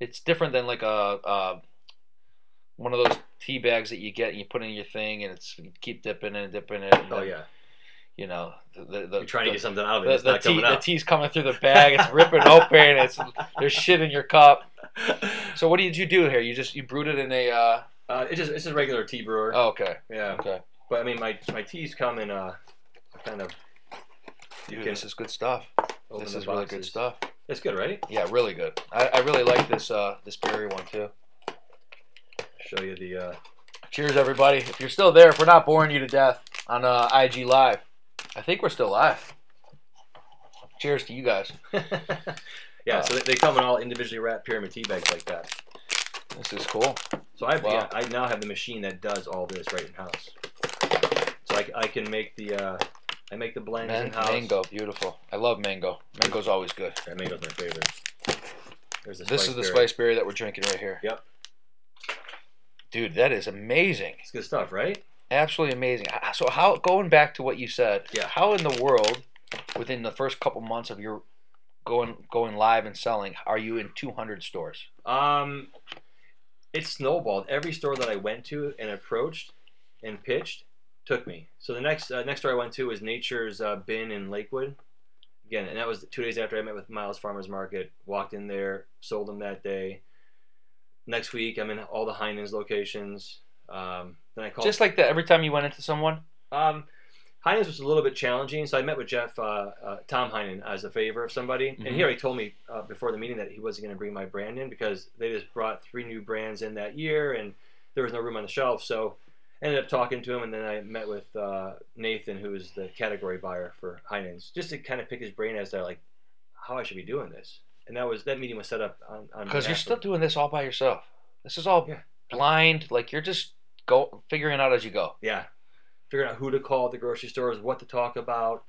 Speaker 1: It's different than like a, a one of those tea bags that you get and you put in your thing and it's you keep dipping and dipping it. and
Speaker 3: Oh
Speaker 1: then,
Speaker 3: yeah,
Speaker 1: You know the the, the
Speaker 3: you're trying to
Speaker 1: the-
Speaker 3: get something out of it.
Speaker 1: the,
Speaker 3: it's
Speaker 1: the
Speaker 3: not
Speaker 1: tea,
Speaker 3: coming
Speaker 1: the
Speaker 3: out.
Speaker 1: tea's coming through the bag. It's ripping open. It's there's shit in your cup. So what did you do here? You just you brewed it in a. Uh,
Speaker 3: uh, it's just it's just regular tea brewer.
Speaker 1: oh, okay.
Speaker 3: Yeah,
Speaker 1: Okay.
Speaker 3: but I mean my my teas come in uh kind of.
Speaker 1: Dude,
Speaker 3: can
Speaker 1: this is good stuff.
Speaker 3: open
Speaker 1: This
Speaker 3: the
Speaker 1: is really good
Speaker 3: boxes.
Speaker 1: stuff.
Speaker 3: It's good, right?
Speaker 1: Yeah, really good. I, I really like this uh, this berry one too.
Speaker 3: show you the. Uh,
Speaker 1: Cheers, everybody. If you're still there, if we're not boring you to death on uh, IG Live, I think we're still live. Cheers to you guys.
Speaker 3: yeah,
Speaker 1: Oh.
Speaker 3: so they, they come in all individually wrapped pyramid tea bags like that.
Speaker 1: This is cool.
Speaker 3: So I have,
Speaker 1: Wow.
Speaker 3: yeah, I now have the machine that does all this right in house. So I, c- I can make the uh, I make the blends in
Speaker 1: Man-
Speaker 3: house.
Speaker 1: mango, beautiful. I love mango. Mango's always good.
Speaker 3: Yeah, mango's my favorite. There's the
Speaker 1: This is the
Speaker 3: berry.
Speaker 1: spice berry that we're drinking right here.
Speaker 3: Yep.
Speaker 1: Dude, that is amazing.
Speaker 3: It's good stuff, right?
Speaker 1: Absolutely amazing. Ah, So how going back to what you said,
Speaker 3: Yeah.
Speaker 1: How in the world, within the first couple months of your going going live and selling, are you in 200 stores?
Speaker 3: Um, it snowballed. Every store that I went to and approached and pitched took me. So the next uh, next store I went to was Nature's uh, Bin in Lakewood. Again, and that was two days after I met with Miles Farmers Market. Walked in there, sold them that day. Next week, I'm in all the Heinen's locations. Um, then I called.
Speaker 1: Just like that, every time you went into someone.
Speaker 3: Um, Heinen's was a little bit challenging, so I met with Jeff, uh, uh, Tom Heinen, as a favor of somebody,
Speaker 1: Mhm.
Speaker 3: and he already told me uh, before the meeting that he wasn't going to bring my brand in because they just brought three new brands in that year, and there was no room on the shelf. So, I ended up talking to him, and then I met with uh, Nathan, who is the category buyer for Heinen's, just to kind of pick his brain as to like how I should be doing this. And that was that meeting was set up on on
Speaker 1: Because you're
Speaker 3: behalf
Speaker 1: still
Speaker 3: of-
Speaker 1: doing this all by yourself. This is all
Speaker 3: Yeah.
Speaker 1: blind. Like you're just go figuring out as you go.
Speaker 3: yeah, figuring out who to call at the grocery stores, what to talk about,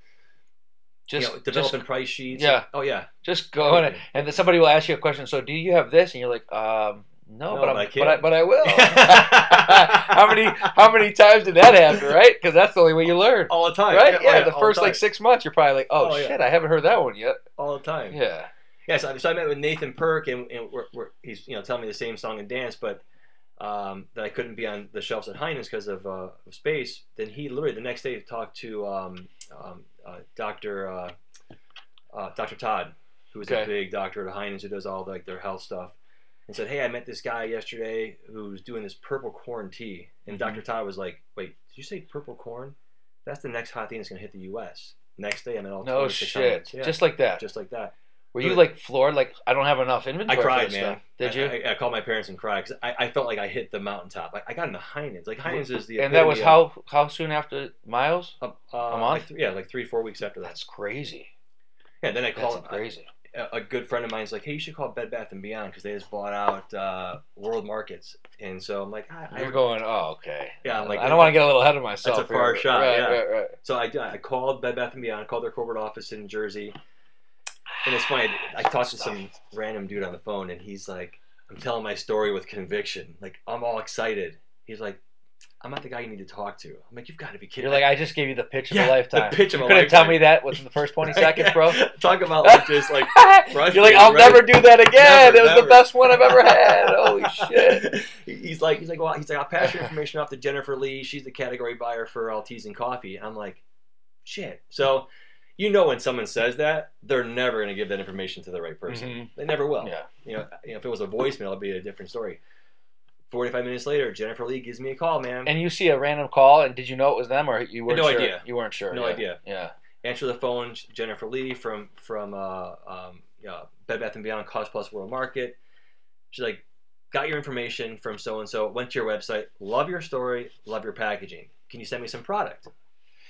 Speaker 1: Just
Speaker 3: you know,
Speaker 1: just,
Speaker 3: developing price sheets.
Speaker 1: yeah.
Speaker 3: Oh yeah.
Speaker 1: just going, and, and then somebody will ask you a question. So do you have this? And you're like, um, no,
Speaker 3: No,
Speaker 1: but, I'm,
Speaker 3: but I
Speaker 1: but I
Speaker 3: can't."
Speaker 1: but I will. how
Speaker 3: how
Speaker 1: many how many times did that happen? Right? Because that's the only way you learn.
Speaker 3: all the time
Speaker 1: Right?
Speaker 3: oh,
Speaker 1: Yeah, the
Speaker 3: all
Speaker 1: first
Speaker 3: time.
Speaker 1: like six months, you're probably like, oh,
Speaker 3: Oh, yeah.
Speaker 1: shit, I haven't heard that one yet.
Speaker 3: all the time yeah,
Speaker 1: Yeah.
Speaker 3: so, so i met with nathan perk and, and we're, we're, he's you know telling me the same song and dance but um, that i couldn't be on the shelves at heinen's because of, uh, of space then he literally the next day talked to um, um, uh, dr uh, uh, dr todd who is
Speaker 1: Okay.
Speaker 3: a big doctor at heinen's who does all like their health stuff and said hey i met this guy yesterday who's doing this purple corn tea and dr
Speaker 1: Mm-hmm.
Speaker 3: todd was like wait did you say purple corn that's the next hot thing that's going to hit the us next day i'm at all
Speaker 1: No
Speaker 3: 26
Speaker 1: shit.
Speaker 3: Heinen's. Yeah
Speaker 1: Just like that.
Speaker 3: just like that.
Speaker 1: Were you like floored? Like I don't have enough inventory. for
Speaker 3: cried,
Speaker 1: this
Speaker 3: man.
Speaker 1: stuff? Did
Speaker 3: I-
Speaker 1: you?
Speaker 3: I, I called my parents and cried because I, I felt like I hit the mountaintop. I, I got into Heinen's. Like Heinen's is the
Speaker 1: and that was
Speaker 3: epitome
Speaker 1: how how soon after Miles?
Speaker 3: of- uh,
Speaker 1: a month?
Speaker 3: like th- yeah, like three four weeks after that.
Speaker 1: That's crazy.
Speaker 3: Yeah, then I
Speaker 1: That's
Speaker 3: called a,
Speaker 1: crazy.
Speaker 3: a good friend of mine's like, hey, you should call Bed Bath and Beyond because they just bought out uh, World Markets, and so I'm like, I, I-
Speaker 1: You're going. Oh, okay.
Speaker 3: yeah, I'm like,
Speaker 1: I don't want to get a little ahead of myself.
Speaker 3: That's a far
Speaker 1: here.
Speaker 3: shot,
Speaker 1: Right,
Speaker 3: yeah.
Speaker 1: right, right.
Speaker 3: So I, I called Bed Bath and Beyond, called their corporate office in Jersey, and it's funny. I talked to some random dude on the phone, and he's like, "I'm telling my story with conviction. Like I'm all excited." He's like, "I'm not the guy you need to talk to." I'm like, "You've got to be kidding!"
Speaker 1: You're like, I just gave you the pitch of
Speaker 3: Yeah,
Speaker 1: a
Speaker 3: the
Speaker 1: lifetime.
Speaker 3: pitch of
Speaker 1: you
Speaker 3: a
Speaker 1: couldn't tell
Speaker 3: lifetime.
Speaker 1: me that within the first 20 seconds, bro.
Speaker 3: Talk about like just like
Speaker 1: You're like, I'll
Speaker 3: Frustrated, right?
Speaker 1: never do that again.
Speaker 3: Never,
Speaker 1: it was the
Speaker 3: never.
Speaker 1: best one I've ever had. Holy shit.
Speaker 3: he's like, he's like, well, he's like, I'll pass your information off to Jennifer Lee. She's the category buyer for Altizen Coffee. And I'm like, shit. So, you know, when someone says that, they're never going to give that information to the right person.
Speaker 1: Mhm.
Speaker 3: They never will.
Speaker 1: Yeah.
Speaker 3: You know, you know, if it was a voicemail, it'd be a different story. Forty-five minutes later, Jennifer Lee gives me a call, man.
Speaker 1: And you see a random call, and did you know it was them, or you weren't
Speaker 3: no
Speaker 1: sure?
Speaker 3: idea.
Speaker 1: You weren't sure.
Speaker 3: No
Speaker 1: yeah.
Speaker 3: idea.
Speaker 1: Yeah.
Speaker 3: Answer the phone, Jennifer Lee from from uh, um, uh, Bed Bath and Beyond Cost Plus World Market. She's like, got your information from so and so. Went to your website. Love your story. Love your packaging. Can you send me some product?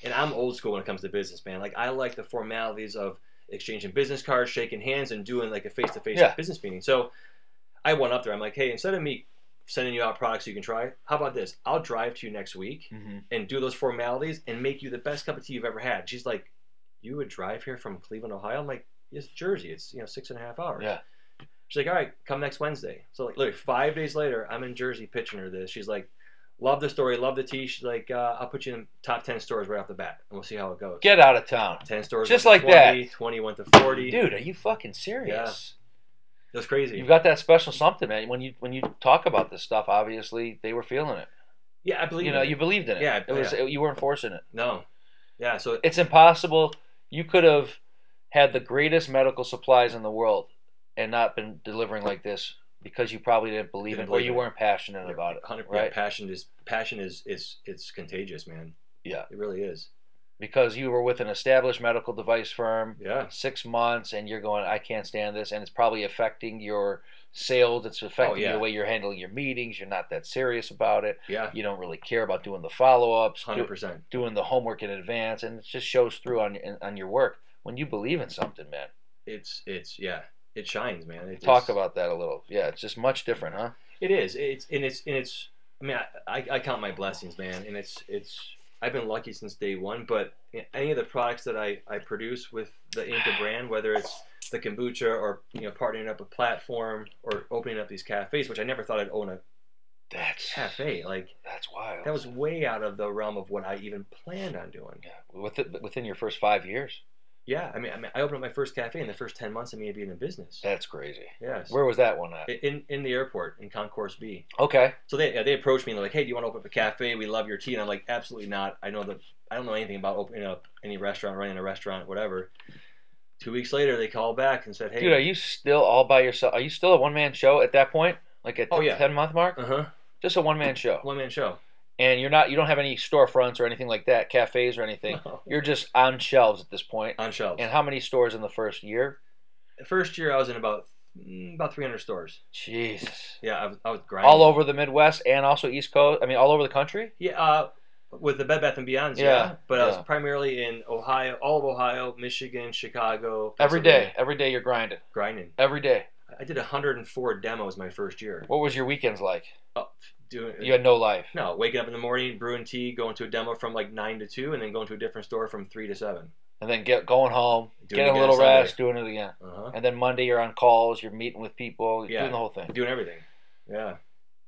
Speaker 3: And I'm old school when it comes to business, man. Like I like the formalities of exchanging business cards, shaking hands, and doing like a face-to-face
Speaker 1: Yeah.
Speaker 3: business meeting. So I went up there. I'm like, hey, instead of me sending you out products you can try, how about this? I'll drive to you next week
Speaker 1: hmm
Speaker 3: and do those formalities and make you the best cup of tea you've ever had. She's like, you would drive here from Cleveland, Ohio? I'm like, it's Jersey. It's you know six and a half hours.
Speaker 1: Yeah.
Speaker 3: She's like, all right, come next Wednesday. So like literally five days later, I'm in Jersey pitching her this. She's like, love the story, love the tea. She's like, uh, I'll put you in top ten stores right off the bat, and we'll see how it goes.
Speaker 1: Get out of town,
Speaker 3: Ten stores,
Speaker 1: Just
Speaker 3: went to
Speaker 1: like that.
Speaker 3: 20, Twenty went to forty.
Speaker 1: dude. Are you fucking serious?
Speaker 3: it was crazy.
Speaker 1: You've got that special something, man. When you when you talk about this stuff, obviously they were feeling it.
Speaker 3: yeah, I believe.
Speaker 1: you know,
Speaker 3: in it.
Speaker 1: you believed in it.
Speaker 3: Yeah,
Speaker 1: It was
Speaker 3: yeah.
Speaker 1: you weren't forcing it.
Speaker 3: no, yeah. So
Speaker 1: It's impossible. You could have had the greatest medical supplies in the world and not been delivering like this because you probably didn't believe
Speaker 3: Didn't
Speaker 1: it or
Speaker 3: believe
Speaker 1: you
Speaker 3: it.
Speaker 1: weren't passionate about it.
Speaker 3: Hundred
Speaker 1: right?
Speaker 3: Passion is passion is is it's contagious, man.
Speaker 1: Yeah.
Speaker 3: it really is.
Speaker 1: because you were with an established medical device firm
Speaker 3: Yeah.
Speaker 1: six months and you're going, I can't stand this, and it's probably affecting your sales. It's affecting
Speaker 3: Oh, yeah.
Speaker 1: the way you're handling your meetings. You're not that serious about it.
Speaker 3: Yeah.
Speaker 1: You don't really care about doing the follow ups,
Speaker 3: Hundred percent.
Speaker 1: doing the homework in advance, and it just shows through on in- on your work when you believe in something, man.
Speaker 3: It's it's yeah. It shines, man. It
Speaker 1: Talk
Speaker 3: just-
Speaker 1: about that a little. Yeah, it's just much different, huh?
Speaker 3: It is. It's and it's and it's. I mean, I, I, I count my blessings, man, and it's it's. I've been lucky since day one, but any of the products that I, I produce with the Inca brand, whether it's the kombucha or you know partnering up a platform or opening up these cafes, which I never thought I'd own a
Speaker 1: That's
Speaker 3: cafe. Like
Speaker 1: that's wild.
Speaker 3: that was way out of the realm of what I even planned on doing.
Speaker 1: yeah. within, within your first five years.
Speaker 3: Yeah, I mean, I mean, I opened up my first cafe in the first ten months of me being in business.
Speaker 1: That's crazy.
Speaker 3: Yes,
Speaker 1: Where was that one at?
Speaker 3: in in the airport in Concourse B.
Speaker 1: Okay.
Speaker 3: So they yeah, they approached me and they're like, "Hey, do you want to open up a cafe? We love your tea." And I'm like, "Absolutely not. I know the I don't know anything about opening up any restaurant, running a restaurant, whatever." Two weeks later, they called back and said, "Hey,
Speaker 1: Dude, are you still all by yourself? Are you still a one man show at that point? Like at the
Speaker 3: Oh, yeah.
Speaker 1: 10 month mark?
Speaker 3: uh huh,
Speaker 1: Just a one man show.
Speaker 3: one man show."
Speaker 1: And you're not you don't have any storefronts or anything like that, cafes or anything. You're just on shelves at this point.
Speaker 3: On shelves.
Speaker 1: And how many stores in the first year?
Speaker 3: The First year, I was in about mm, about 300 stores.
Speaker 1: Jesus.
Speaker 3: Yeah, I was, I was grinding
Speaker 1: All over the Midwest and also East Coast. I mean, all over the country?
Speaker 3: Yeah, uh, with the Bed Bath and Beyonds. Yeah,
Speaker 1: Yeah,
Speaker 3: but I was
Speaker 1: yeah.
Speaker 3: primarily in Ohio, all of Ohio, Michigan, Chicago.
Speaker 1: Every day.
Speaker 3: Pennsylvania,
Speaker 1: Every day you're grinding.
Speaker 3: grinding.
Speaker 1: Every day.
Speaker 3: I did 104 demos my first year.
Speaker 1: What was your weekends like?
Speaker 3: Doing
Speaker 1: You had no life.
Speaker 3: No, waking up in the morning, brewing tea, going to a demo from like nine to two, and then going to a different store from three to seven.
Speaker 1: And then get going home,
Speaker 3: Doing it
Speaker 1: getting a
Speaker 3: again
Speaker 1: little
Speaker 3: Sunday.
Speaker 1: rest, doing it again.
Speaker 3: Uh-huh.
Speaker 1: And then Monday you're on calls, you're meeting with people, you're
Speaker 3: Yeah.
Speaker 1: doing the whole thing.
Speaker 3: Doing everything. Yeah.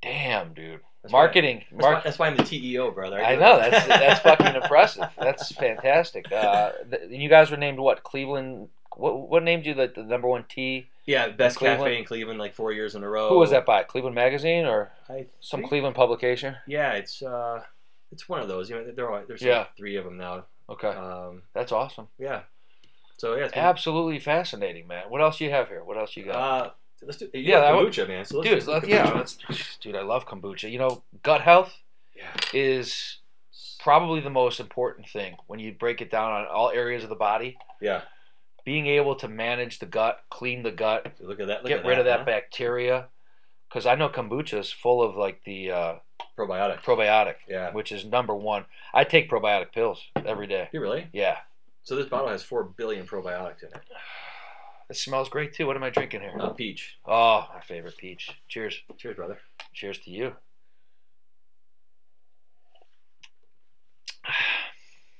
Speaker 1: Damn, dude.
Speaker 3: That's
Speaker 1: Marketing.
Speaker 3: Why, that's, why,
Speaker 1: Mark-
Speaker 3: that's why I'm the TEO, brother.
Speaker 1: I
Speaker 3: do
Speaker 1: know
Speaker 3: that.
Speaker 1: that's that's fucking impressive. That's fantastic. Uh, th- you guys were named what? Cleveland. What what named you the, the number one T?
Speaker 3: yeah, best
Speaker 1: Cleveland.
Speaker 3: cafe in Cleveland like four years in a row.
Speaker 1: Who was that by? Cleveland Magazine or
Speaker 3: I
Speaker 1: some
Speaker 3: think-
Speaker 1: Cleveland publication?
Speaker 3: Yeah, it's uh, it's one of those. You know, there are there's
Speaker 1: Yeah.
Speaker 3: like three of them now.
Speaker 1: Okay,
Speaker 3: Um,
Speaker 1: that's awesome.
Speaker 3: yeah. So yeah, it's been-
Speaker 1: Absolutely fascinating, man. What else you have here? What else you got?
Speaker 3: Uh, let's do. You
Speaker 1: Yeah,
Speaker 3: yeah,
Speaker 1: that would-
Speaker 3: kombucha, man. So let's
Speaker 1: dude,
Speaker 3: do
Speaker 1: let,
Speaker 3: kombucha.
Speaker 1: yeah, let's, dude, I love kombucha. You know, gut health
Speaker 3: Yeah.
Speaker 1: is probably the most important thing when you break it down on all areas of the body.
Speaker 3: Yeah.
Speaker 1: Being able to manage the gut, clean the gut,
Speaker 3: So look at that. Look
Speaker 1: get
Speaker 3: at
Speaker 1: rid of that
Speaker 3: huh?
Speaker 1: bacteria because i know kombucha is full of like the uh,
Speaker 3: probiotic.
Speaker 1: probiotic
Speaker 3: Yeah.
Speaker 1: which is number one i take probiotic pills every day
Speaker 3: You really?
Speaker 1: yeah
Speaker 3: So this bottle has four billion probiotics in it.
Speaker 1: it smells great too what am i drinking here
Speaker 3: Uh, peach.
Speaker 1: oh my favorite peach cheers
Speaker 3: Cheers, brother.
Speaker 1: cheers to you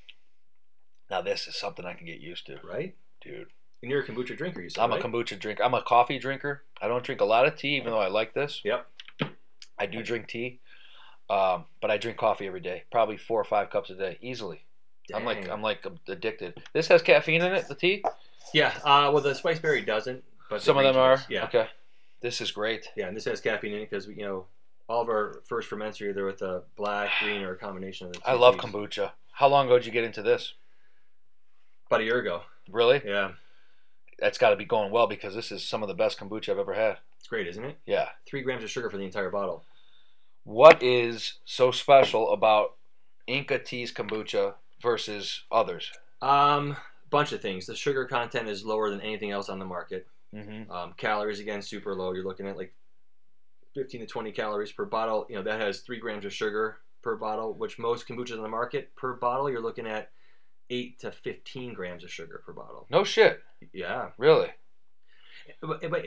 Speaker 1: now this is something i can get used to
Speaker 3: Right?
Speaker 1: dude
Speaker 3: And you're a kombucha drinker, you said.
Speaker 1: i'm
Speaker 3: right?
Speaker 1: a kombucha drinker i'm a coffee drinker i don't drink a lot of tea even though i like this
Speaker 3: Yep.
Speaker 1: I do drink tea, um, but I drink coffee every day, probably four or five cups a day, easily. I'm like
Speaker 3: Dang.
Speaker 1: I'm like addicted. This has caffeine in it. The tea.
Speaker 3: yeah. Uh, well, the spice berry doesn't, but the
Speaker 1: Some of
Speaker 3: green
Speaker 1: them are.
Speaker 3: teas, Yeah.
Speaker 1: Okay. This is great.
Speaker 3: Yeah, and this has caffeine in it because you know all of our first ferments are either with a black, green, or a combination of the.
Speaker 1: I
Speaker 3: two
Speaker 1: love
Speaker 3: teas.
Speaker 1: kombucha. How long ago did you get into this?
Speaker 3: About a year ago.
Speaker 1: Really?
Speaker 3: Yeah,
Speaker 1: That's got to be going well because this is some of the best kombucha I've ever had.
Speaker 3: it's great, isn't it?
Speaker 1: Yeah.
Speaker 3: Three grams of sugar for the entire bottle.
Speaker 1: What is so special about Inca Tea's kombucha versus others?
Speaker 3: Um, bunch of things. The sugar content is lower than anything else on the market.
Speaker 1: Mm-hmm.
Speaker 3: Um, calories again, super low. You're looking at like 15 to 20 calories per bottle. You know that has three grams of sugar per bottle, which most kombuchas on the market per bottle you're looking at eight to 15 grams of sugar per bottle.
Speaker 1: No shit.
Speaker 3: Yeah,
Speaker 1: Really?
Speaker 3: but, but, but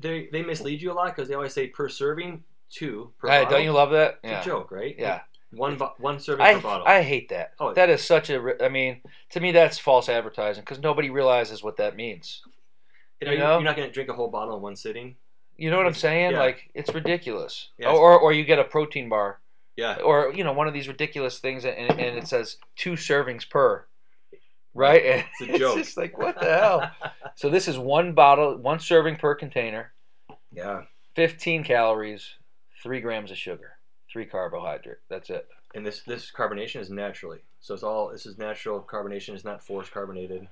Speaker 3: they they mislead you a lot because they always say per serving two per
Speaker 1: Hey,
Speaker 3: bottle.
Speaker 1: don't you love that?
Speaker 3: it's a
Speaker 1: Yeah.
Speaker 3: joke, right?
Speaker 1: Yeah.
Speaker 3: One vo- one serving per
Speaker 1: I,
Speaker 3: bottle.
Speaker 1: I hate that.
Speaker 3: Oh.
Speaker 1: That is such a. ri- I mean, to me, that's false advertising because nobody realizes what that means. you
Speaker 3: And are you,
Speaker 1: know?
Speaker 3: are not gonna drink a whole bottle in one sitting.
Speaker 1: You know what I'm saying?
Speaker 3: Yeah.
Speaker 1: Like it's ridiculous.
Speaker 3: Yeah, it's-
Speaker 1: or, or or you get a protein bar,
Speaker 3: Yeah.
Speaker 1: or you know one of these ridiculous things, and, and it says two servings per. Right? And
Speaker 3: It's a joke.
Speaker 1: just like what the hell. so this is one bottle, one serving per container,
Speaker 3: yeah.
Speaker 1: 15 calories, three grams of sugar, three carbohydrate. That's it.
Speaker 3: And this this carbonation is naturally. So it's all this is natural carbonation. It's not forced carbonated.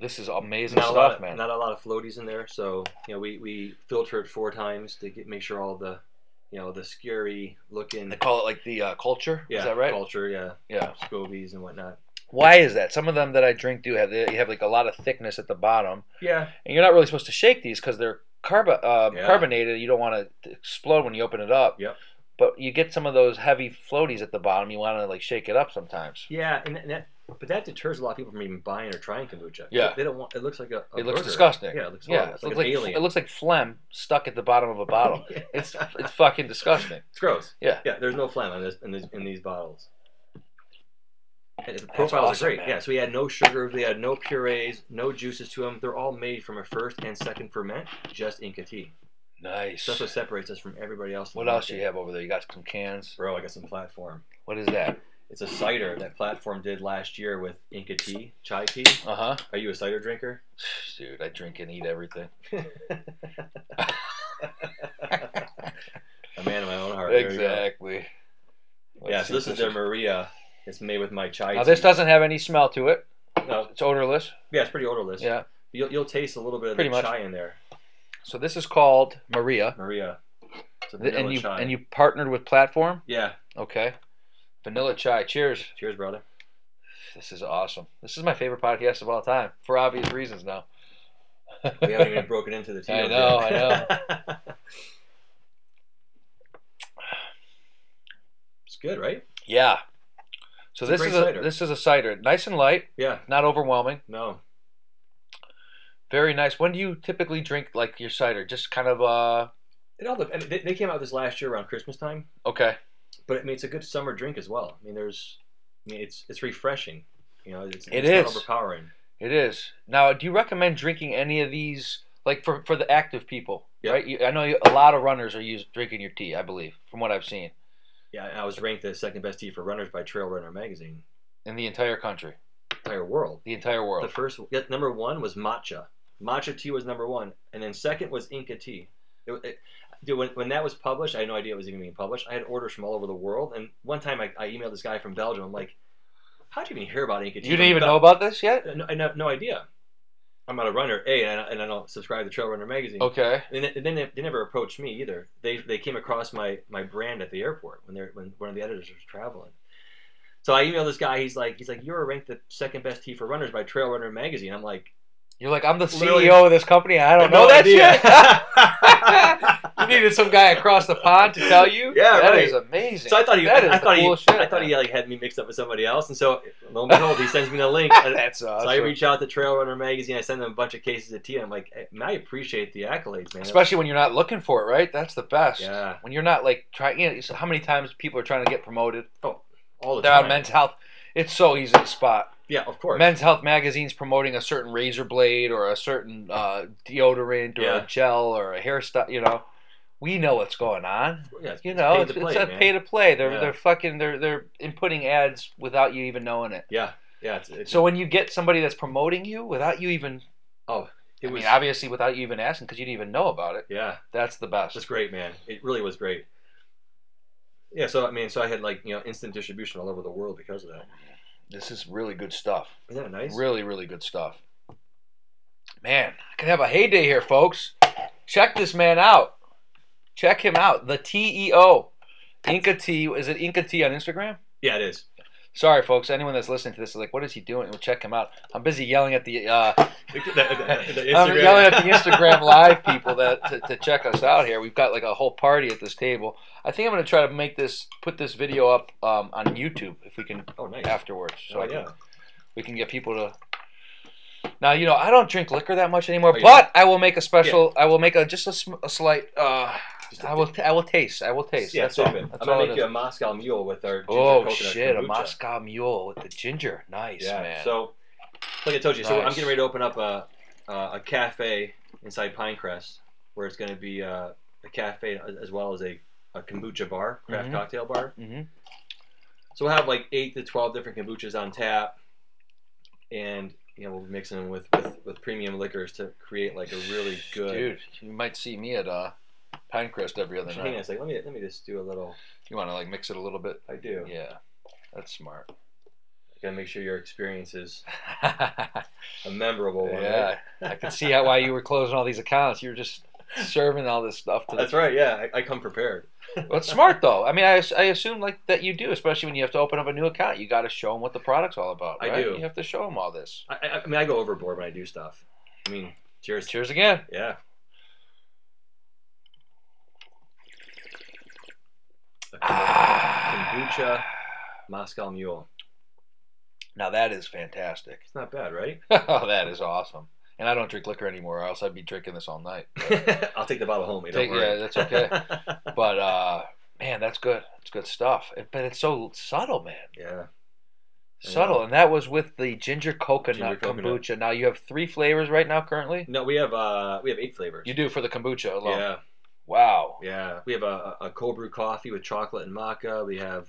Speaker 1: This is amazing
Speaker 3: Not a lot
Speaker 1: stuff,
Speaker 3: of,
Speaker 1: man.
Speaker 3: Not a lot of floaties in there. So you know we, we filter it four times to get make sure all the you know the scary looking
Speaker 1: they call it like the uh, culture.
Speaker 3: yeah
Speaker 1: is that right?
Speaker 3: culture yeah
Speaker 1: Yeah.
Speaker 3: scobies and whatnot.
Speaker 1: Why is that? Some of them that I drink do have they have like a lot of thickness at the bottom,
Speaker 3: Yeah.
Speaker 1: and you're not really supposed to shake these because they're carbo- uh,
Speaker 3: Yeah.
Speaker 1: carbonated. You don't want to explode when you open it up.
Speaker 3: Yep.
Speaker 1: But you get some of those heavy floaties at the bottom. You want to like shake it up sometimes.
Speaker 3: Yeah, and, and that, but that deters a lot of people from even buying or trying kombucha.
Speaker 1: Yeah.
Speaker 3: They don't want. It looks like a. a
Speaker 1: It looks
Speaker 3: burger.
Speaker 1: disgusting.
Speaker 3: Yeah, it looks.
Speaker 1: Yeah,
Speaker 3: Yeah,
Speaker 1: it
Speaker 3: it's
Speaker 1: looks
Speaker 3: like,
Speaker 1: like
Speaker 3: an alien.
Speaker 1: it looks like phlegm stuck at the bottom of a bottle.
Speaker 3: Yeah.
Speaker 1: It's it's fucking disgusting.
Speaker 3: It's gross.
Speaker 1: Yeah.
Speaker 3: Yeah. There's no phlegm in this in, this, in these bottles. And The profiles
Speaker 1: awesome,
Speaker 3: are great.
Speaker 1: man.
Speaker 3: Yeah. So we had no sugars, we had no purees, no juices to them. They're all made from a first and second ferment, just Inca tea.
Speaker 1: Nice.
Speaker 3: So that's what separates us from everybody else. in
Speaker 1: What
Speaker 3: the
Speaker 1: else
Speaker 3: market.
Speaker 1: you have over there? You got some cans.
Speaker 3: Bro, I got some platform.
Speaker 1: What is that?
Speaker 3: It's a cider that platform did last year with Inca tea, chai tea.
Speaker 1: Uh huh.
Speaker 3: Are you a cider drinker?
Speaker 1: Dude, I drink and eat everything.
Speaker 3: A man of my own heart. There you go.
Speaker 1: exactly. Let's
Speaker 3: Yeah,
Speaker 1: see
Speaker 3: so this
Speaker 1: if
Speaker 3: is their Maria. It's made with my chai.
Speaker 1: Now this
Speaker 3: tea.
Speaker 1: doesn't have any smell to it.
Speaker 3: No,
Speaker 1: It's odorless.
Speaker 3: yeah, it's pretty odorless.
Speaker 1: Yeah.
Speaker 3: You'll, you'll taste a little bit of
Speaker 1: Pretty
Speaker 3: the
Speaker 1: much.
Speaker 3: chai in there,
Speaker 1: So this is called Maria,
Speaker 3: Maria. It's a
Speaker 1: Th-
Speaker 3: vanilla
Speaker 1: and you
Speaker 3: chai.
Speaker 1: and you partnered with Platform.
Speaker 3: Yeah.
Speaker 1: Okay. Vanilla chai. Cheers.
Speaker 3: Cheers, brother.
Speaker 1: This is awesome. This is my favorite podcast of all time for obvious reasons. Now.
Speaker 3: We haven't even broken into the tea.
Speaker 1: I
Speaker 3: yet.
Speaker 1: know, I know.
Speaker 3: it's good, right?
Speaker 1: yeah. So
Speaker 3: It's a
Speaker 1: this
Speaker 3: great
Speaker 1: is a
Speaker 3: cider.
Speaker 1: this is a cider, nice and light,
Speaker 3: Yeah.
Speaker 1: not overwhelming.
Speaker 3: No.
Speaker 1: Very nice. When do you typically drink like your cider? Just kind of uh
Speaker 3: It all. dep- I mean, they, they came out this last year around Christmas time,
Speaker 1: okay.
Speaker 3: but I mean, it's a good summer drink as well. I mean, there's. I mean, it's it's refreshing. You know, it's,
Speaker 1: It
Speaker 3: it's not
Speaker 1: is.
Speaker 3: overpowering.
Speaker 1: It is. Now, do you recommend drinking any of these like for for the active people,
Speaker 3: Yeah.
Speaker 1: right? You, I know you, a lot of runners are using drinking your tea, I believe, from what I've seen
Speaker 3: Yeah, and I was ranked the second best tea for runners by Trail Runner Magazine.
Speaker 1: in the entire country,
Speaker 3: Entire world.
Speaker 1: the entire world.
Speaker 3: The first yeah, number one was matcha. Matcha tea was number one, and then second was Inca tea. It, it, dude, when, when that was published, I had no idea it was even being published. I had orders from all over the world, and one time I, I emailed this guy from Belgium. I'm like, "How'd you even hear about Inca tea?"
Speaker 1: you didn't even know about this yet?
Speaker 3: No, I have no idea. I'm not a runner, a, and I, and I don't subscribe to Trail Runner magazine.
Speaker 1: Okay.
Speaker 3: And then- and then they, they never approached me either. They they came across my my brand at the airport when they're when one of the editors was traveling. So I emailed this guy. He's like he's like you're ranked the second best tee for runners by Trail Runner magazine. I'm like
Speaker 1: You're like, I'm the CEO
Speaker 3: Literally-
Speaker 1: of this company. and I don't
Speaker 3: "No
Speaker 1: know that
Speaker 3: idea."
Speaker 1: shit. you needed some guy across the pond to tell you.
Speaker 3: Yeah,
Speaker 1: that
Speaker 3: right.
Speaker 1: is amazing.
Speaker 3: so I thought he
Speaker 1: That is
Speaker 3: I
Speaker 1: the
Speaker 3: thought he
Speaker 1: coolest shit,
Speaker 3: I thought he uh,
Speaker 1: man.
Speaker 3: like had me mixed up with somebody else. And so lo and behold, he sends me the link. And-
Speaker 1: That's awesome.
Speaker 3: So I reach out to Trail Runner magazine. I send them a bunch of cases of tea. I'm like, "Hey, man, I appreciate the accolades, man.
Speaker 1: Especially when you're not looking for it, right? That's the best.
Speaker 3: yeah,
Speaker 1: When you're not like trying, you know, it's- how many times people are trying to get promoted?
Speaker 3: all the
Speaker 1: They're
Speaker 3: time.
Speaker 1: on Men's Health. It's so easy to spot.
Speaker 3: yeah, of course.
Speaker 1: Men's Health magazine's promoting a certain razor blade or a certain uh, deodorant or
Speaker 3: Yeah.
Speaker 1: a gel or a hairstyle. You know, we know what's going on.
Speaker 3: Yeah, it's-
Speaker 1: You
Speaker 3: it's
Speaker 1: know,
Speaker 3: paid
Speaker 1: it's,
Speaker 3: to play,
Speaker 1: it's a
Speaker 3: man.
Speaker 1: pay to play. They're
Speaker 3: Yeah.
Speaker 1: they're fucking they're they're inputting ads without you even knowing it.
Speaker 3: Yeah, yeah. It's, it's,
Speaker 1: So when you get somebody that's promoting you without you even,
Speaker 3: it
Speaker 1: I
Speaker 3: was
Speaker 1: mean, obviously without you even asking because you didn't even know about it.
Speaker 3: yeah.
Speaker 1: That's the
Speaker 3: It
Speaker 1: best.
Speaker 3: was great, man. It really was great. Yeah, so I mean, so I had like you know instant distribution all over the world because of that.
Speaker 1: This is really good stuff.
Speaker 3: Isn't that nice?
Speaker 1: Really, really good stuff. Man, I could have a heyday here, folks. Check this man out. Check him out. The TEO. Inca T. Is it Inca T on Instagram?
Speaker 3: Yeah, it is.
Speaker 1: Sorry, folks. Anyone that's listening to this is like, what is he doing? Well, check him out. I'm busy yelling at the, uh,
Speaker 3: The- the- the- the
Speaker 1: I'm
Speaker 3: Instagram.
Speaker 1: yelling at the Instagram live people that to, to check us out here. We've got like a whole party at this table. I think I'm gonna try to make this, put this video up um, on YouTube if we can
Speaker 3: Oh, nice.
Speaker 1: afterwards, so
Speaker 3: Oh,
Speaker 1: I can
Speaker 3: yeah.
Speaker 1: we can get people to. Now you know I don't drink liquor that much anymore,
Speaker 3: Oh, you
Speaker 1: but I will make a special. I will make a just a, sm- a slight. Uh,
Speaker 3: Just a-
Speaker 1: I will. I will taste. I will taste.
Speaker 3: Yeah,
Speaker 1: That's
Speaker 3: sip
Speaker 1: all.
Speaker 3: it.
Speaker 1: That's
Speaker 3: I'm
Speaker 1: all
Speaker 3: gonna
Speaker 1: it
Speaker 3: make
Speaker 1: is.
Speaker 3: you a Moscow Mule with our ginger
Speaker 1: oh
Speaker 3: coconut
Speaker 1: shit! A
Speaker 3: kombucha.
Speaker 1: Moscow Mule with the ginger. Nice
Speaker 3: Yeah.
Speaker 1: man.
Speaker 3: So, like I told you, so I'm
Speaker 1: Nice.
Speaker 3: getting ready to open up a uh, a cafe inside Pinecrest, where it's going to be uh, a cafe as well as a, a kombucha bar, craft
Speaker 1: Mhm.
Speaker 3: cocktail bar.
Speaker 1: hmm
Speaker 3: So we'll have like eight to twelve different kombuchas on tap, and you know we'll be mixing them with with, with premium liquors to create like a really good.
Speaker 1: Dude, you might see me at uh, Pinecrest every other
Speaker 3: Hang on
Speaker 1: night.
Speaker 3: a second. Let me let me just do a little.
Speaker 1: You want to like mix it a little bit?
Speaker 3: I do.
Speaker 1: Yeah, that's smart.
Speaker 3: Gotta make sure your experience is a memorable one.
Speaker 1: yeah,
Speaker 3: right?
Speaker 1: I can see how, why you were closing all these accounts. You were just serving all this stuff to the
Speaker 3: That's right. Yeah, I, I come prepared.
Speaker 1: Well, it's smart though. I mean, I, I assume like that you do, especially when you have to open up a new account. You got to show them what the product's all about.
Speaker 3: I
Speaker 1: right?
Speaker 3: do.
Speaker 1: You have to show them all this.
Speaker 3: I, I, I mean, I go overboard when I do stuff. I mean, cheers.
Speaker 1: Cheers again.
Speaker 3: Yeah. A kombu-
Speaker 1: Ah.
Speaker 3: Kombucha Moscow Mule.
Speaker 1: Now that is fantastic.
Speaker 3: It's not bad, right?
Speaker 1: oh, that is awesome. And I don't drink liquor anymore, or else I'd be drinking this all night.
Speaker 3: I'll take the bottle home. You
Speaker 1: Take-
Speaker 3: don't
Speaker 1: yeah,
Speaker 3: worry.
Speaker 1: that's okay. But uh, man, that's good. It's good stuff. It- But it's so subtle, man.
Speaker 3: yeah. I
Speaker 1: Subtle, and that was with the ginger
Speaker 3: Ginger
Speaker 1: coconut
Speaker 3: coconut.
Speaker 1: kombucha. Now you have three flavors right now currently.
Speaker 3: No, we have uh we have eight flavors.
Speaker 1: You do for the kombucha alone.
Speaker 3: yeah,
Speaker 1: Wow,
Speaker 3: yeah. We have a, a cold brew coffee with chocolate and maca. We have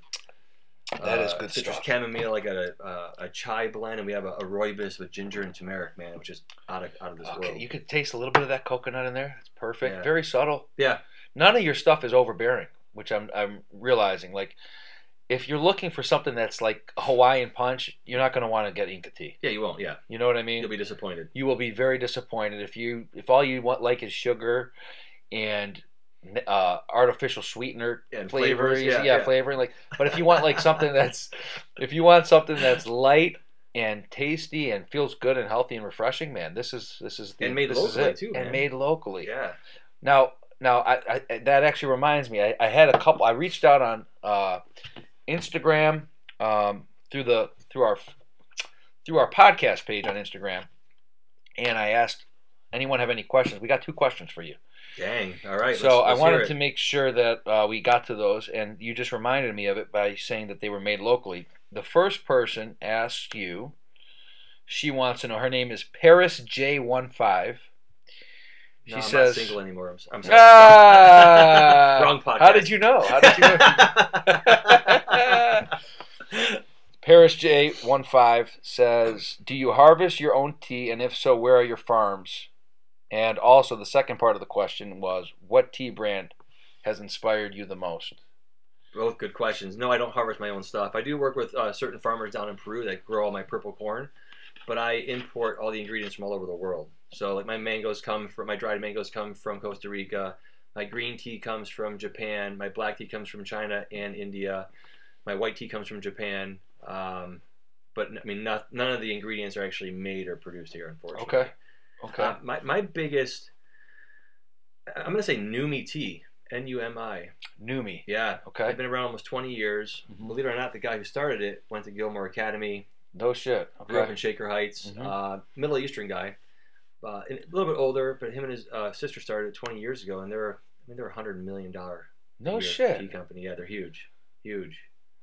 Speaker 1: that is
Speaker 3: uh,
Speaker 1: good
Speaker 3: citrus
Speaker 1: stuff.
Speaker 3: chamomile. I got a, a a chai blend, and we have a, a rooibos with ginger and turmeric, man, which is out of out of this
Speaker 1: okay,
Speaker 3: world.
Speaker 1: you could taste a little bit of that coconut in there. It's perfect.
Speaker 3: Yeah.
Speaker 1: Very subtle.
Speaker 3: Yeah.
Speaker 1: None of your stuff is overbearing, which I'm I'm realizing. Like, if you're looking for something that's like Hawaiian punch, you're not going to want to get Inca tea.
Speaker 3: yeah, you won't. Yeah,
Speaker 1: You know what I mean?
Speaker 3: you'll be disappointed.
Speaker 1: you will be very disappointed if you if all you want like is sugar and uh, artificial sweetener
Speaker 3: And
Speaker 1: flavors,
Speaker 3: flavors,
Speaker 1: yeah,
Speaker 3: yeah, yeah.
Speaker 1: flavoring. Like, but if you want like something that's if you want something that's light and tasty and feels good and healthy and refreshing, man, this is this is the,
Speaker 3: And made
Speaker 1: this
Speaker 3: locally,
Speaker 1: is it.
Speaker 3: too,
Speaker 1: and
Speaker 3: man.
Speaker 1: made locally.
Speaker 3: Yeah,
Speaker 1: Now, now I, I that actually reminds me. I, I had a couple. I reached out on uh, Instagram um, through the through our through our podcast page on Instagram, and I asked anyone have any questions. We got two questions for you.
Speaker 3: dang. All right.
Speaker 1: so
Speaker 3: let's- let's
Speaker 1: I wanted
Speaker 3: hear
Speaker 1: to
Speaker 3: it.
Speaker 1: make sure that uh, we got to those, and you just reminded me of it by saying that they were made locally. The first person asked you. She wants to know. Her name is Paris J 15 she
Speaker 3: No, I'm
Speaker 1: says-
Speaker 3: not single anymore. I'm, s- I'm sorry.
Speaker 1: Ah!
Speaker 3: Wrong podcast.
Speaker 1: How did you know? How did you know? Paris J15 says, Do you harvest your own tea? And if so, where are your farms? And also, the second part of the question was, What tea brand has inspired you the most?
Speaker 3: Both good questions. No, I don't harvest my own stuff. I do work with uh, certain farmers down in Peru that grow all my purple corn, but I import all the ingredients from all over the world. So, like my mangoes come from my dried mangoes come from Costa Rica, my green tea comes from Japan, my black tea comes from China and India, my white tea comes from Japan. Um, but I mean, not, none of the ingredients are actually made or produced here, unfortunately.
Speaker 1: Okay. Okay.
Speaker 3: Uh, my my biggest, I'm gonna say Numi tea, N U M I.
Speaker 1: Numi.
Speaker 3: Yeah.
Speaker 1: Okay.
Speaker 3: I've been around almost 20 years.
Speaker 1: Mhm.
Speaker 3: Believe it or not, the guy who started it went to Gilmore Academy,
Speaker 1: No shit.
Speaker 3: grew up
Speaker 1: Okay.
Speaker 3: in Shaker Heights,
Speaker 1: Mhm.
Speaker 3: uh, Middle Eastern guy, uh, and a little bit older, but him and his uh, sister started it 20 years ago, and they're I mean they're a hundred million dollar
Speaker 1: No
Speaker 3: a year tea
Speaker 1: shit.
Speaker 3: company. Yeah, they're huge, huge.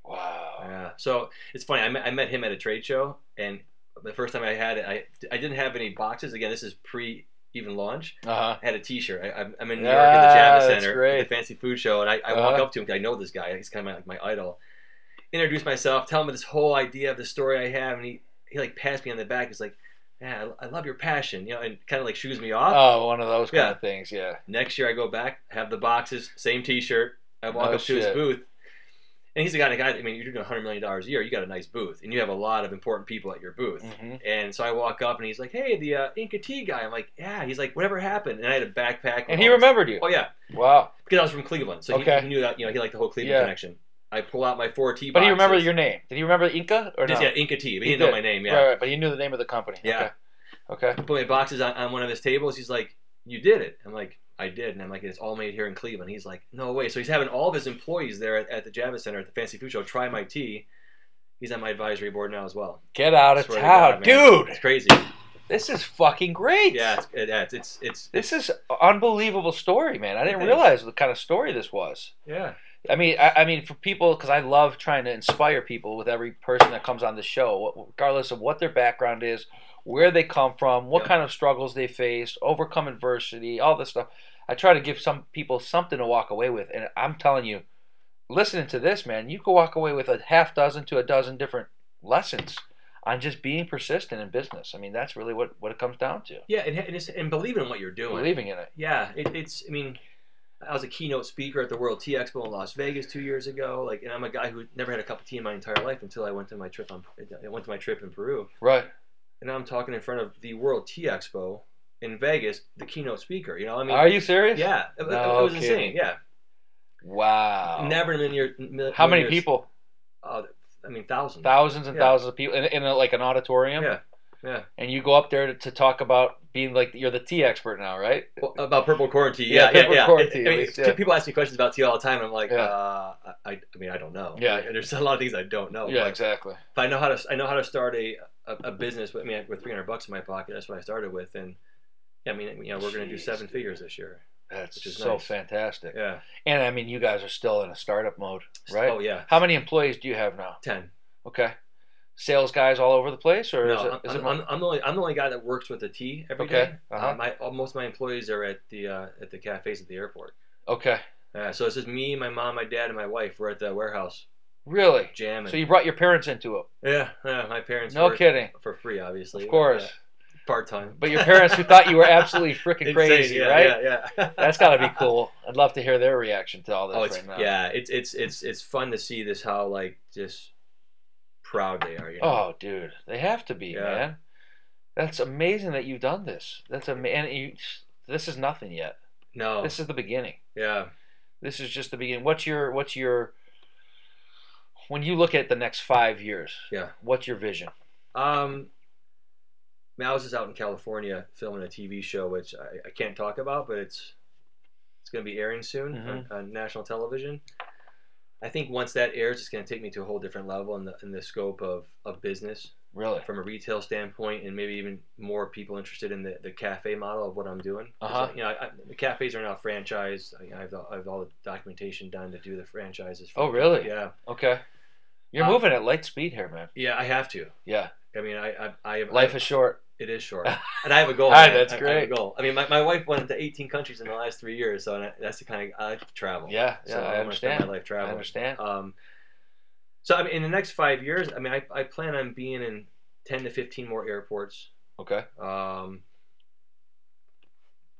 Speaker 1: Wow.
Speaker 3: Yeah. So it's funny. I met, I met him at a trade show, and the first time I had it, I I didn't have any boxes. Again, this is pre even launch.
Speaker 1: Uh huh.
Speaker 3: I had a T-shirt. I, I'm- I'm in New
Speaker 1: Yeah,
Speaker 3: York at the Javits
Speaker 1: that's
Speaker 3: Center,
Speaker 1: great.
Speaker 3: at the fancy food show, and I, I walk
Speaker 1: Uh-huh.
Speaker 3: up to him because I know this guy. He's kind of like my idol. Introduce myself, tell him this whole idea of the story I have, and he he like pats me on the back. He's like, "Yeah, I, I love your passion," you know, and kind of like shoes me off.
Speaker 1: Oh, one of those kind
Speaker 3: Yeah.
Speaker 1: of things. Yeah.
Speaker 3: Next year I go back, have the boxes, same T-shirt. I walk
Speaker 1: No
Speaker 3: up to
Speaker 1: Oh, shit.
Speaker 3: his booth, and he's the kind of guy. I mean, you're doing 100 million dollars a year. You got a nice booth, and you have a lot of important people at your booth.
Speaker 1: hmm
Speaker 3: And so I walk up, and he's like, "Hey, the uh, Inca Tea guy." I'm like, "Yeah." He's like, "Whatever happened?" And I had a backpack. with
Speaker 1: And he
Speaker 3: all this-
Speaker 1: remembered you.
Speaker 3: Oh yeah,
Speaker 1: Wow.
Speaker 3: because I was from Cleveland, so he-
Speaker 1: Okay.
Speaker 3: he, knew that. You know, he liked the whole Cleveland
Speaker 1: Yeah.
Speaker 3: connection. I pull out my four T.
Speaker 1: But he
Speaker 3: boxes.
Speaker 1: remembered your name. Did he remember Inca or no?
Speaker 3: Just, yeah, Inca T. But he,
Speaker 1: He
Speaker 3: didn't
Speaker 1: did.
Speaker 3: know my name. Yeah,
Speaker 1: Right, right, but he knew the name of the company.
Speaker 3: Yeah.
Speaker 1: Okay. okay.
Speaker 3: put my boxes on, on one of his tables. He's like, "You did it." I'm like, "I did," and I'm like, "It's all made here in Cleveland." He's like, "No way!" So he's having all of his employees there at, at the Javits Center at the Fancy Food Show try my tea. He's on my advisory board now as well.
Speaker 1: Get out of
Speaker 3: Swear to
Speaker 1: town,
Speaker 3: God, man.
Speaker 1: dude.
Speaker 3: It's crazy.
Speaker 1: This is fucking great.
Speaker 3: Yeah, it's, it- yeah, it's it's, it's
Speaker 1: This is an unbelievable story, man. I didn't
Speaker 3: Thanks.
Speaker 1: realize the kind of story this was.
Speaker 3: yeah.
Speaker 1: I mean, I, I mean, for people, because I love trying to inspire people with every person that comes on the show, regardless of what their background is, where they come from, what
Speaker 3: Yeah.
Speaker 1: kind of struggles they faced, overcome adversity, all this stuff. I try to give some people something to walk away with, and I'm telling you, listening to this, man, you could walk away with a half dozen to a dozen different lessons on just being persistent in business. I mean, that's really what what it comes down to.
Speaker 3: Yeah, and, and, it's, and believe in what you're doing.
Speaker 1: Believing in it.
Speaker 3: yeah, it, it's. I mean, I was a keynote speaker at the World Tea Expo in Las Vegas two years ago. Like, and I'm a guy who never had a cup of tea in my entire life until I went to my trip on. I went to my trip in Peru,
Speaker 1: Right.
Speaker 3: and now I'm talking in front of the World Tea Expo in Vegas, the keynote speaker. You know, I mean,
Speaker 1: Are you serious?
Speaker 3: yeah, it, it- it
Speaker 1: No
Speaker 3: was
Speaker 1: kidding.
Speaker 3: insane. Yeah,
Speaker 1: Wow.
Speaker 3: Never in a million years.
Speaker 1: How many
Speaker 3: years-
Speaker 1: people?
Speaker 3: Oh, I mean, thousands.
Speaker 1: Thousands and
Speaker 3: Yeah.
Speaker 1: thousands of people in, in a, like an auditorium.
Speaker 3: Yeah, yeah.
Speaker 1: And you go up there to, to talk about being like you're the tea expert now, right?
Speaker 3: Well, about purple quarantine.
Speaker 1: Yeah,
Speaker 3: Yeah, yeah,
Speaker 1: purple
Speaker 3: yeah.
Speaker 1: corn tea,
Speaker 3: I
Speaker 1: at
Speaker 3: mean,
Speaker 1: least, yeah.
Speaker 3: People ask me questions about tea all the time, and I'm like,
Speaker 1: Yeah.
Speaker 3: uh, I, I mean, I don't know.
Speaker 1: Yeah.
Speaker 3: Like, there's a lot of things I don't know.
Speaker 1: yeah,
Speaker 3: Like,
Speaker 1: exactly.
Speaker 3: if I know how to, I know how to start a, a, a business. With, I mean, with 300 bucks in my pocket, that's what I started with, and yeah, I mean, you know, we're gonna do
Speaker 1: Jeez,
Speaker 3: seven
Speaker 1: dude.
Speaker 3: figures this year.
Speaker 1: That's
Speaker 3: Which is
Speaker 1: so
Speaker 3: nice.
Speaker 1: fantastic.
Speaker 3: Yeah.
Speaker 1: And I mean, you guys are still in a startup mode, right?
Speaker 3: Oh yeah.
Speaker 1: How many employees do you have now?
Speaker 3: Ten.
Speaker 1: Okay. Sales guys all over the place, or is
Speaker 3: No,
Speaker 1: it,
Speaker 3: I'm,
Speaker 1: is it
Speaker 3: I'm, I'm, the only I'm the only guy that works with the tea every day.
Speaker 1: Okay, uh-huh.
Speaker 3: Uh, my all- most of my employees are at the uh, at the cafes at the airport.
Speaker 1: okay?
Speaker 3: Uh, so it's just me, my mom, my dad, and my wife. We're at the warehouse
Speaker 1: Really?
Speaker 3: jamming.
Speaker 1: So you brought your parents into it?
Speaker 3: yeah, yeah, my parents.
Speaker 1: No
Speaker 3: were-
Speaker 1: kidding.
Speaker 3: for free, obviously.
Speaker 1: Of course.
Speaker 3: part time.
Speaker 1: But your parents who thought you were absolutely freaking crazy,
Speaker 3: yeah,
Speaker 1: right?
Speaker 3: Yeah, yeah.
Speaker 1: That's got to be cool. I'd love to hear their reaction to all this
Speaker 3: Oh, it's
Speaker 1: right now.
Speaker 3: yeah. It's it's it's it's fun to see this how like just proud they are. You know?
Speaker 1: Oh, dude, they have to be,
Speaker 3: Yeah.
Speaker 1: man. That's amazing that you've done this. That's am- and you, this is nothing yet.
Speaker 3: no,
Speaker 1: This is the beginning.
Speaker 3: yeah.
Speaker 1: This is just the beginning. What's your what's your when you look at the next five years?
Speaker 3: Yeah.
Speaker 1: What's your vision?
Speaker 3: Um, I, mean, I was just out in California filming a TV show, which I, I can't talk about, but it's it's going to be airing soon on, on national television. I think once that airs, it's going to take me to a whole different level in the in the scope of of business.
Speaker 1: Really?
Speaker 3: from a retail standpoint and maybe even more people interested in the, the cafe model of what I'm doing. 'Cause,
Speaker 1: Uh-huh.
Speaker 3: You know, I, I- the cafes are now franchised. I, I, have the, I have all the documentation done to do the franchises. for
Speaker 1: Oh,
Speaker 3: the-
Speaker 1: really?
Speaker 3: Yeah.
Speaker 1: Okay. You're
Speaker 3: Uh,
Speaker 1: moving at light speed here, man.
Speaker 3: Yeah, I have to.
Speaker 1: Yeah.
Speaker 3: I mean, I, I, I have,
Speaker 1: Life is short.
Speaker 3: it is short, and I have a goal.
Speaker 1: Hi,
Speaker 3: man.
Speaker 1: that's
Speaker 3: I- I have a
Speaker 1: great.
Speaker 3: goal. I mean, my, my wife went to 18 countries in the last three years, so I- that's the kind of I like to travel.
Speaker 1: Yeah. Yeah.
Speaker 3: so
Speaker 1: I
Speaker 3: wanna spend
Speaker 1: understand.
Speaker 3: My life
Speaker 1: I
Speaker 3: traveling.
Speaker 1: understand.
Speaker 3: Um, so I mean, in the next five years, I mean, I, I plan on being in 10 to 15 more airports.
Speaker 1: Okay.
Speaker 3: Um,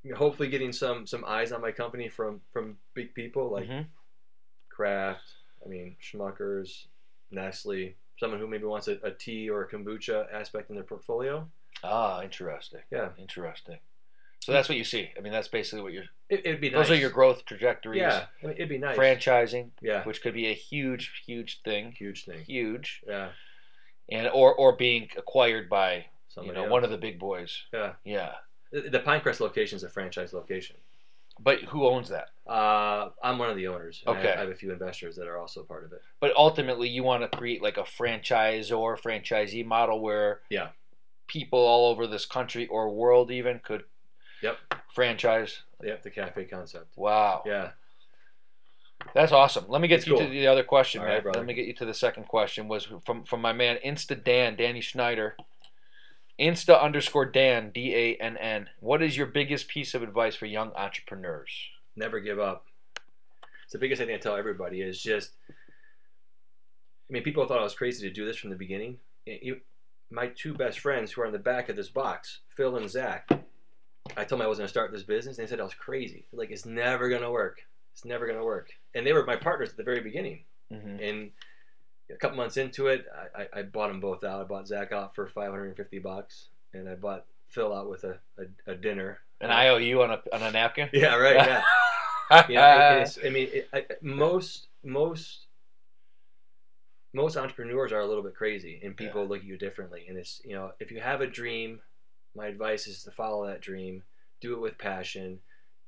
Speaker 3: you know, hopefully, getting some some eyes on my company from from big people like
Speaker 1: Mhm.
Speaker 3: Kraft. I mean, Schmuckers, Nestle. Someone who maybe wants a, a tea or a kombucha aspect in their portfolio.
Speaker 1: Ah, interesting.
Speaker 3: Yeah.
Speaker 1: Interesting. So that's what you see. I mean, that's basically what you're.
Speaker 3: It, it'd be nice.
Speaker 1: Those are your growth trajectories.
Speaker 3: yeah. I mean, it'd be nice.
Speaker 1: Franchising,
Speaker 3: Yeah,
Speaker 1: which could be a huge, huge thing,
Speaker 3: huge thing.
Speaker 1: huge,
Speaker 3: Yeah,
Speaker 1: and or or being acquired by you
Speaker 3: somebody.
Speaker 1: know
Speaker 3: else.
Speaker 1: one of the big boys.
Speaker 3: Yeah.
Speaker 1: Yeah.
Speaker 3: The- the Pinecrest location is a franchise location.
Speaker 1: But who owns that?
Speaker 3: Uh, I'm one of the owners. and I-
Speaker 1: Okay.
Speaker 3: I have a few investors that are also part of it.
Speaker 1: But ultimately, you want to create like a franchise or franchisee model where
Speaker 3: Yeah.
Speaker 1: people all over this country or world even could
Speaker 3: Yep.
Speaker 1: franchise.
Speaker 3: Yep, the cafe concept.
Speaker 1: Wow,
Speaker 3: Yeah.
Speaker 1: that's awesome. Let me get
Speaker 3: It's
Speaker 1: you to
Speaker 3: cool.
Speaker 1: the other question,
Speaker 3: All
Speaker 1: man.
Speaker 3: right, brother.
Speaker 1: Let me get you to the second question. Was from from my man Insta Dan Danny Schneider. Insta underscore Dan D A N N. What is your biggest piece of advice for young entrepreneurs?
Speaker 3: never give up. It's the biggest thing I tell everybody is just. I mean, people thought I was crazy to do this from the beginning. Y- You, my two best friends who are in the back of this box, Phil and Zach, I told them I was going to start this business, and they said I was crazy. Like it's never going to work. It's never going to work. And they were my partners at the very beginning.
Speaker 1: Mm-hmm.
Speaker 3: And a couple months into it, I, I, I bought them both out. I bought Zach out for 550 bucks, and I bought Phil out with a, a, a dinner.
Speaker 1: An IOU on a on a napkin.
Speaker 3: Yeah, right. Yeah. you know, it-
Speaker 1: Uh,
Speaker 3: it's, I mean, it, I, most most most entrepreneurs are a little bit crazy, and people look at you differently. And it's you know, if you have a dream, my advice is to follow that dream, do it with passion,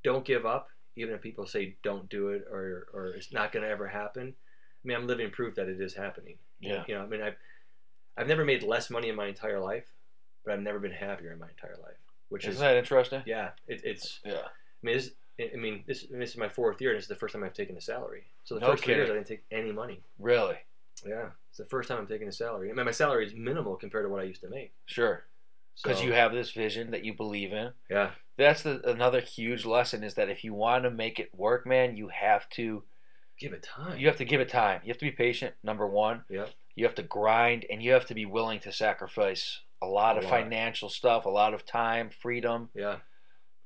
Speaker 3: don't give up, even if people say don't do it or or it's not going to ever happen. I mean, I'm living proof that it is happening.
Speaker 1: yeah.
Speaker 3: You know, I mean, I've I've never made less money in my entire life, but I've never been happier in my entire life, which
Speaker 1: Isn't
Speaker 3: is
Speaker 1: that interesting?
Speaker 3: yeah, it, it's.
Speaker 1: yeah.
Speaker 3: I mean, this, I mean, this, this is my fourth year, and it's the first time I've taken a salary. So the
Speaker 1: No
Speaker 3: first three years, I
Speaker 1: kidding.
Speaker 3: didn't take any money.
Speaker 1: Really?
Speaker 3: Yeah, it's the first time I'm taking a salary. I mean, my salary is minimal compared to what I used to make.
Speaker 1: Sure. Because
Speaker 3: So-
Speaker 1: you have this vision that you believe in.
Speaker 3: yeah,
Speaker 1: That's the, another huge lesson is that if you want to make it work, man, you have to
Speaker 3: give it time.
Speaker 1: you have to give it time. You have to be patient. Number one.
Speaker 3: Yeah.
Speaker 1: You have to grind, and you have to be willing to sacrifice a lot
Speaker 3: A
Speaker 1: of
Speaker 3: lot.
Speaker 1: financial stuff, a lot of time, freedom,
Speaker 3: yeah,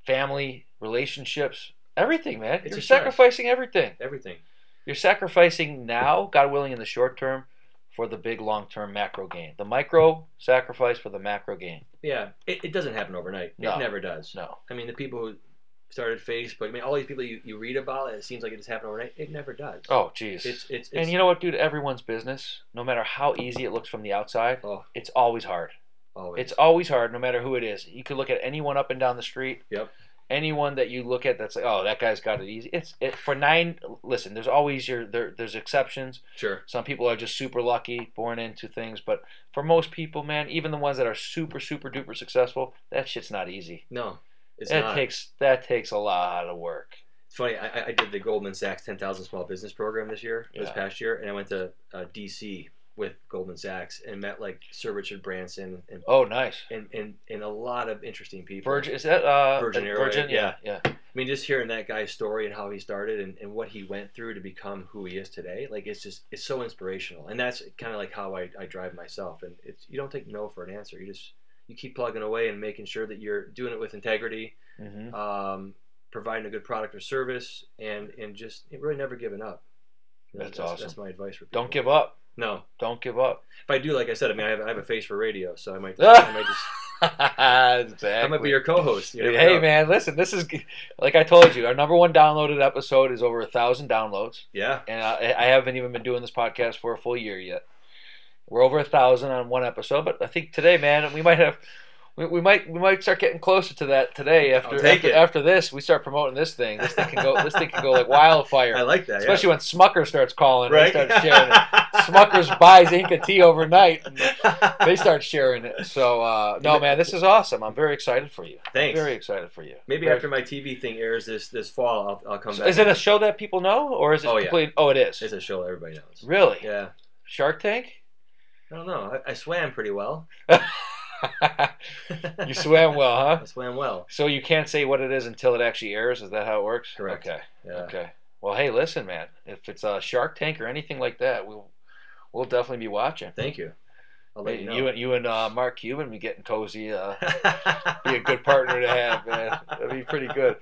Speaker 1: family, relationships, everything, man.
Speaker 3: It's
Speaker 1: You're
Speaker 3: a stress.
Speaker 1: sacrificing everything.
Speaker 3: everything.
Speaker 1: You're sacrificing now, God willing, in the short term, for the big long term macro gain. The micro sacrifice for the macro gain.
Speaker 3: Yeah, it, it doesn't happen overnight.
Speaker 1: No.
Speaker 3: It never does.
Speaker 1: No.
Speaker 3: I mean, the people who started Facebook. I mean, all these people you, you read about, it seems like it just happened overnight. It never does.
Speaker 1: Oh, jeez.
Speaker 3: it's it's, it's
Speaker 1: And you know what, dude? Everyone's business, no matter how easy it looks from the outside,
Speaker 3: oh,
Speaker 1: it's always hard.
Speaker 3: always.
Speaker 1: It's always hard, no matter who it is. You could look at anyone up and down the street.
Speaker 3: Yep.
Speaker 1: Anyone that you look at that's like, oh, that guy's got it easy. It's it for nine. Listen, there's always your there, there's exceptions.
Speaker 3: sure.
Speaker 1: Some people are just super lucky, born into things. But for most people, man, even the ones that are super super duper successful, that shit's not easy.
Speaker 3: No, it's
Speaker 1: that
Speaker 3: not.
Speaker 1: takes that takes a lot of work.
Speaker 3: It's funny. I, I- I did the Goldman Sachs 10,000 Small Business Program this year, this
Speaker 1: Yeah.
Speaker 3: past year, and I went to uh, DC with Goldman Sachs and met like Sir Richard Branson and
Speaker 1: Oh, nice.
Speaker 3: and, and, and a lot of interesting people.
Speaker 1: Virgin is that uh
Speaker 3: Virgin
Speaker 1: Virgin?
Speaker 3: Airway,
Speaker 1: Yeah, yeah.
Speaker 3: I mean, just hearing that guy's story and how he started and, and what he went through to become who he is today, like it's just it's so inspirational. And that's kind of like how I, I drive myself. And it's you don't take no for an answer. You just you keep plugging away and making sure that you're doing it with integrity,
Speaker 1: hmm
Speaker 3: um, providing a good product or service, and and just really never giving up. You know,
Speaker 1: That's
Speaker 3: That's my advice for people.
Speaker 1: Don't give up.
Speaker 3: no.
Speaker 1: Don't give up.
Speaker 3: If I do, like I said, I mean, I have, I have a face for radio, so I might I might just
Speaker 1: exactly.
Speaker 3: I might be your co-host. You never
Speaker 1: hey
Speaker 3: know.
Speaker 1: man, listen. This is like I told you. Our number one downloaded episode is over a thousand downloads,
Speaker 3: Yeah.
Speaker 1: and I, I haven't even been doing this podcast for a full year yet. We're over a thousand on one episode, but I think today, man, we might have. We, we might we might start getting closer to that today. After
Speaker 3: I'll take
Speaker 1: after,
Speaker 3: it.
Speaker 1: after this, we start promoting this thing. This thing can go. this thing can go like wildfire.
Speaker 3: I like that. yeah.
Speaker 1: Especially when Smucker starts calling,
Speaker 3: right.
Speaker 1: they start sharing it. Smuckers buys Inca tea overnight, and they start sharing it. So uh, no, man, this is awesome. I'm very excited for you.
Speaker 3: Thanks.
Speaker 1: Very excited for you.
Speaker 3: Maybe
Speaker 1: Very-
Speaker 3: after my TV thing airs this this fall, I'll, I'll come
Speaker 1: So
Speaker 3: back.
Speaker 1: is it a show that people know, or is it
Speaker 3: Oh, yeah.
Speaker 1: completely? Oh, it is.
Speaker 3: It's a show everybody knows.
Speaker 1: really
Speaker 3: Yeah.
Speaker 1: Shark Tank?
Speaker 3: I don't know. I, I swam pretty well.
Speaker 1: you swam well, huh?
Speaker 3: I swam well.
Speaker 1: So you can't say what it is until it actually airs. Is that how it works?
Speaker 3: Correct.
Speaker 1: Okay.
Speaker 3: Yeah.
Speaker 1: Okay. Well, hey, listen, man. If it's a Shark Tank or anything like that, we'll we'll definitely be watching.
Speaker 3: Thank you. I'll let
Speaker 1: Hey,
Speaker 3: you
Speaker 1: you,
Speaker 3: know.
Speaker 1: and you and uh, Mark Cuban be getting cozy. Uh, be a good partner to have, man. That'd be pretty good.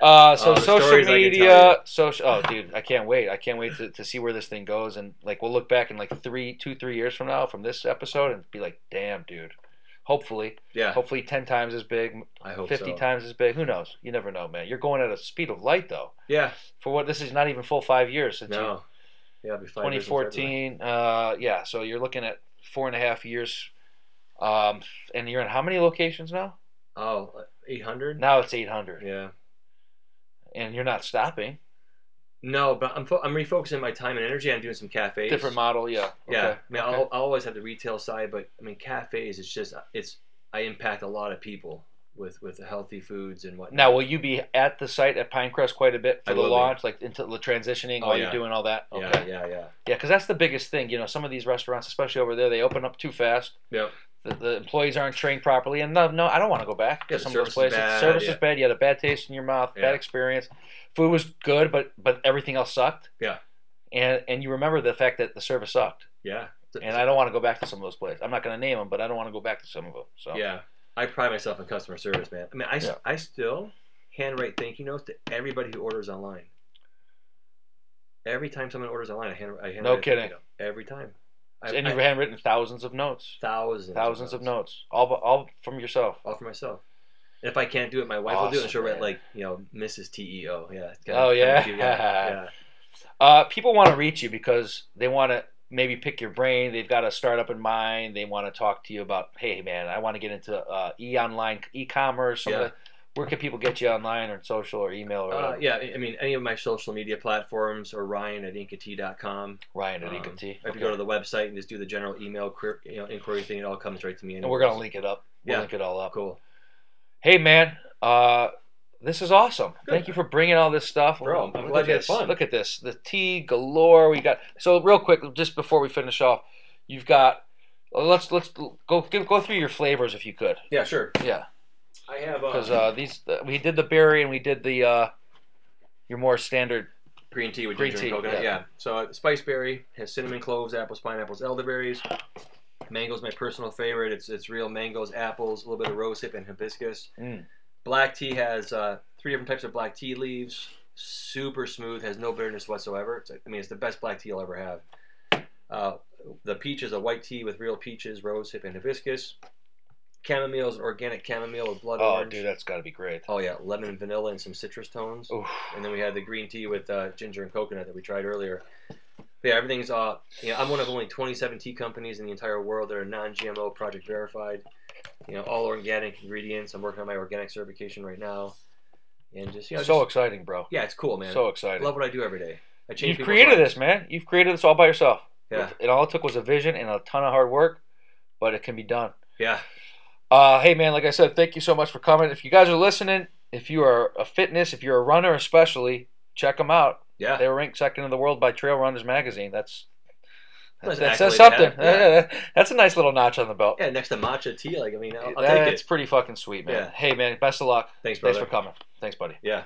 Speaker 1: Uh, so
Speaker 3: Oh, the
Speaker 1: social
Speaker 3: stories I can tell
Speaker 1: media, social. Oh, dude, I can't wait. I can't wait to, to see where this thing goes, and like we'll look back in like three, two, three years from now from this episode, and be like, damn, dude. Hopefully,
Speaker 3: Yeah.
Speaker 1: hopefully, ten times as big,
Speaker 3: I hope
Speaker 1: fifty
Speaker 3: so.
Speaker 1: times as big. Who knows? You never know, man. You're going at a speed of light, though.
Speaker 3: Yeah.
Speaker 1: For what this is not even full five years since you
Speaker 3: No. Yeah. It'll be fine.
Speaker 1: 2014. Uh, yeah, so you're looking at four and a half years. Um, and you're in how many locations now?
Speaker 3: Oh, 800?
Speaker 1: Now it's 800,
Speaker 3: Yeah.
Speaker 1: and you're not stopping.
Speaker 3: No, but I'm fo- I'm refocusing my time and energy on doing some cafes.
Speaker 1: Different model, yeah.
Speaker 3: Yeah.
Speaker 1: Okay.
Speaker 3: I mean,
Speaker 1: okay.
Speaker 3: I'll, I'll always have the retail side, but I mean, cafes. It's just it's I impact a lot of people with with the healthy foods and whatnot.
Speaker 1: Now, will you be at the site at Pinecrest quite a bit for
Speaker 3: I
Speaker 1: the
Speaker 3: will be.
Speaker 1: launch, like into the transitioning
Speaker 3: Oh,
Speaker 1: while
Speaker 3: yeah.
Speaker 1: you're doing all that?
Speaker 3: Yeah.
Speaker 1: Okay.
Speaker 3: Yeah. Yeah.
Speaker 1: Yeah, because that's the biggest thing. You know, some of these restaurants, especially over there, they open up too fast.
Speaker 3: Yep.
Speaker 1: The, the employees aren't trained properly, and no, no, I don't want to go back
Speaker 3: Yeah,
Speaker 1: to
Speaker 3: the
Speaker 1: some of those
Speaker 3: service
Speaker 1: places.
Speaker 3: is bad,
Speaker 1: service
Speaker 3: yeah.
Speaker 1: was bad. You had a bad taste in your mouth,
Speaker 3: Yeah.
Speaker 1: bad experience. Food was good, but but everything else sucked.
Speaker 3: Yeah.
Speaker 1: And and you remember the fact that the service sucked,
Speaker 3: Yeah.
Speaker 1: and I don't want to go back to some of those places. I'm not going to name them, but I don't want to go back to some of them. So
Speaker 3: Yeah, I pride myself on customer service, man. I mean, I, s-
Speaker 1: Yeah.
Speaker 3: I still handwrite thank you notes to everybody who orders online. Every time someone orders online, I hand I handwrite. a thank you
Speaker 1: kidding.
Speaker 3: note. Every time. I,
Speaker 1: and
Speaker 3: I-
Speaker 1: you've handwritten thousands of notes.
Speaker 3: thousands,
Speaker 1: thousands of notes, all bu- all from yourself.
Speaker 3: all for myself. And if I can't do it, my wife will do it.
Speaker 1: Awesome,
Speaker 3: And she'll write
Speaker 1: man.
Speaker 3: like you know Mrs. T E O. Yeah. it's kinda-
Speaker 1: Oh,
Speaker 3: kinda
Speaker 1: yeah?
Speaker 3: cute, yeah.
Speaker 1: Uh, people want to reach you because they want to maybe pick your brain. They've got a startup in mind. They want to talk to you about, hey man, I want to get into uh, e online e commerce.
Speaker 3: Yeah.
Speaker 1: Where can people get you online or on social or email or
Speaker 3: yeah. Uh,
Speaker 1: whatever?
Speaker 3: yeah. I I mean, any of my social media platforms or Ryan at inkt.com.
Speaker 1: Ryan at
Speaker 3: um,
Speaker 1: Ecom T.
Speaker 3: If you go to the website and just do the general email query, you know, inquiry thing, it all comes right to me.
Speaker 1: and we're gonna link it up. We'll
Speaker 3: Yeah.
Speaker 1: link it all up.
Speaker 3: Cool.
Speaker 1: Hey man, uh, this is awesome.
Speaker 3: Good.
Speaker 1: Thank you for bringing all this stuff,
Speaker 3: Bro, I'm
Speaker 1: Look
Speaker 3: glad
Speaker 1: at
Speaker 3: you had
Speaker 1: this.
Speaker 3: fun.
Speaker 1: Look at this, the tea galore we got. So real quick, just before we finish off, you've got. uh, Let's let's go give, go through your flavors if you could.
Speaker 3: Yeah, sure.
Speaker 1: Yeah,
Speaker 3: I have um,
Speaker 1: because uh, these we did the berry and we did the uh, your more standard.
Speaker 3: green tea with
Speaker 1: green
Speaker 3: ginger
Speaker 1: tea,
Speaker 3: and coconut.
Speaker 1: yeah.
Speaker 3: Yeah. So uh, spice berry has cinnamon, cloves, apples, pineapples, elderberries. Mango's my personal favorite. It's it's real mangoes, apples, a little bit of rosehip and hibiscus.
Speaker 1: Mm.
Speaker 3: Black tea has uh, three different types of black tea leaves. Super smooth, has no bitterness whatsoever. It's, like- I mean, it's the best black tea you'll ever have. Uh, the peach is a white tea with real peaches, rosehip, and hibiscus. chamomile is an organic chamomile with blood
Speaker 1: oh,
Speaker 3: orange.
Speaker 1: dude, that's got to be great.
Speaker 3: Oh yeah, lemon, vanilla, and some citrus tones.
Speaker 1: Oof.
Speaker 3: And then we had the green tea with uh, ginger and coconut that we tried earlier. But yeah, everything's uh, you know, I'm one of only 27 tea companies in the entire world that are non-GMO, project verified. You know, all organic ingredients. I'm working on my organic certification right now, and just yeah,
Speaker 1: so
Speaker 3: just,
Speaker 1: exciting, bro.
Speaker 3: yeah, it's cool, man.
Speaker 1: So
Speaker 3: I
Speaker 1: exciting.
Speaker 3: love what I do every day. I change.
Speaker 1: You've
Speaker 3: people's
Speaker 1: created
Speaker 3: lives.
Speaker 1: this, man. You've created this all by yourself.
Speaker 3: Yeah,
Speaker 1: It all it took was a vision and a ton of hard work, but it can be done.
Speaker 3: yeah.
Speaker 1: Uh, hey, man, like I said, thank you so much for coming. If you guys are listening, if you are a fitness, if you're a runner especially, check them out.
Speaker 3: Yeah,
Speaker 1: They were ranked second in the world by Trail Runners Magazine. That's
Speaker 3: That's
Speaker 1: that's,
Speaker 3: an
Speaker 1: that's,
Speaker 3: accolade to
Speaker 1: something.
Speaker 3: have, yeah.
Speaker 1: Yeah, that- that's a nice little notch on the belt.
Speaker 3: yeah. Next to matcha tea, like I mean, I'll, I'll take
Speaker 1: that's
Speaker 3: it.
Speaker 1: pretty fucking sweet, man.
Speaker 3: Yeah.
Speaker 1: Hey, man, best of luck.
Speaker 3: Thanks, brother.
Speaker 1: Thanks for coming. Thanks, buddy.
Speaker 3: yeah.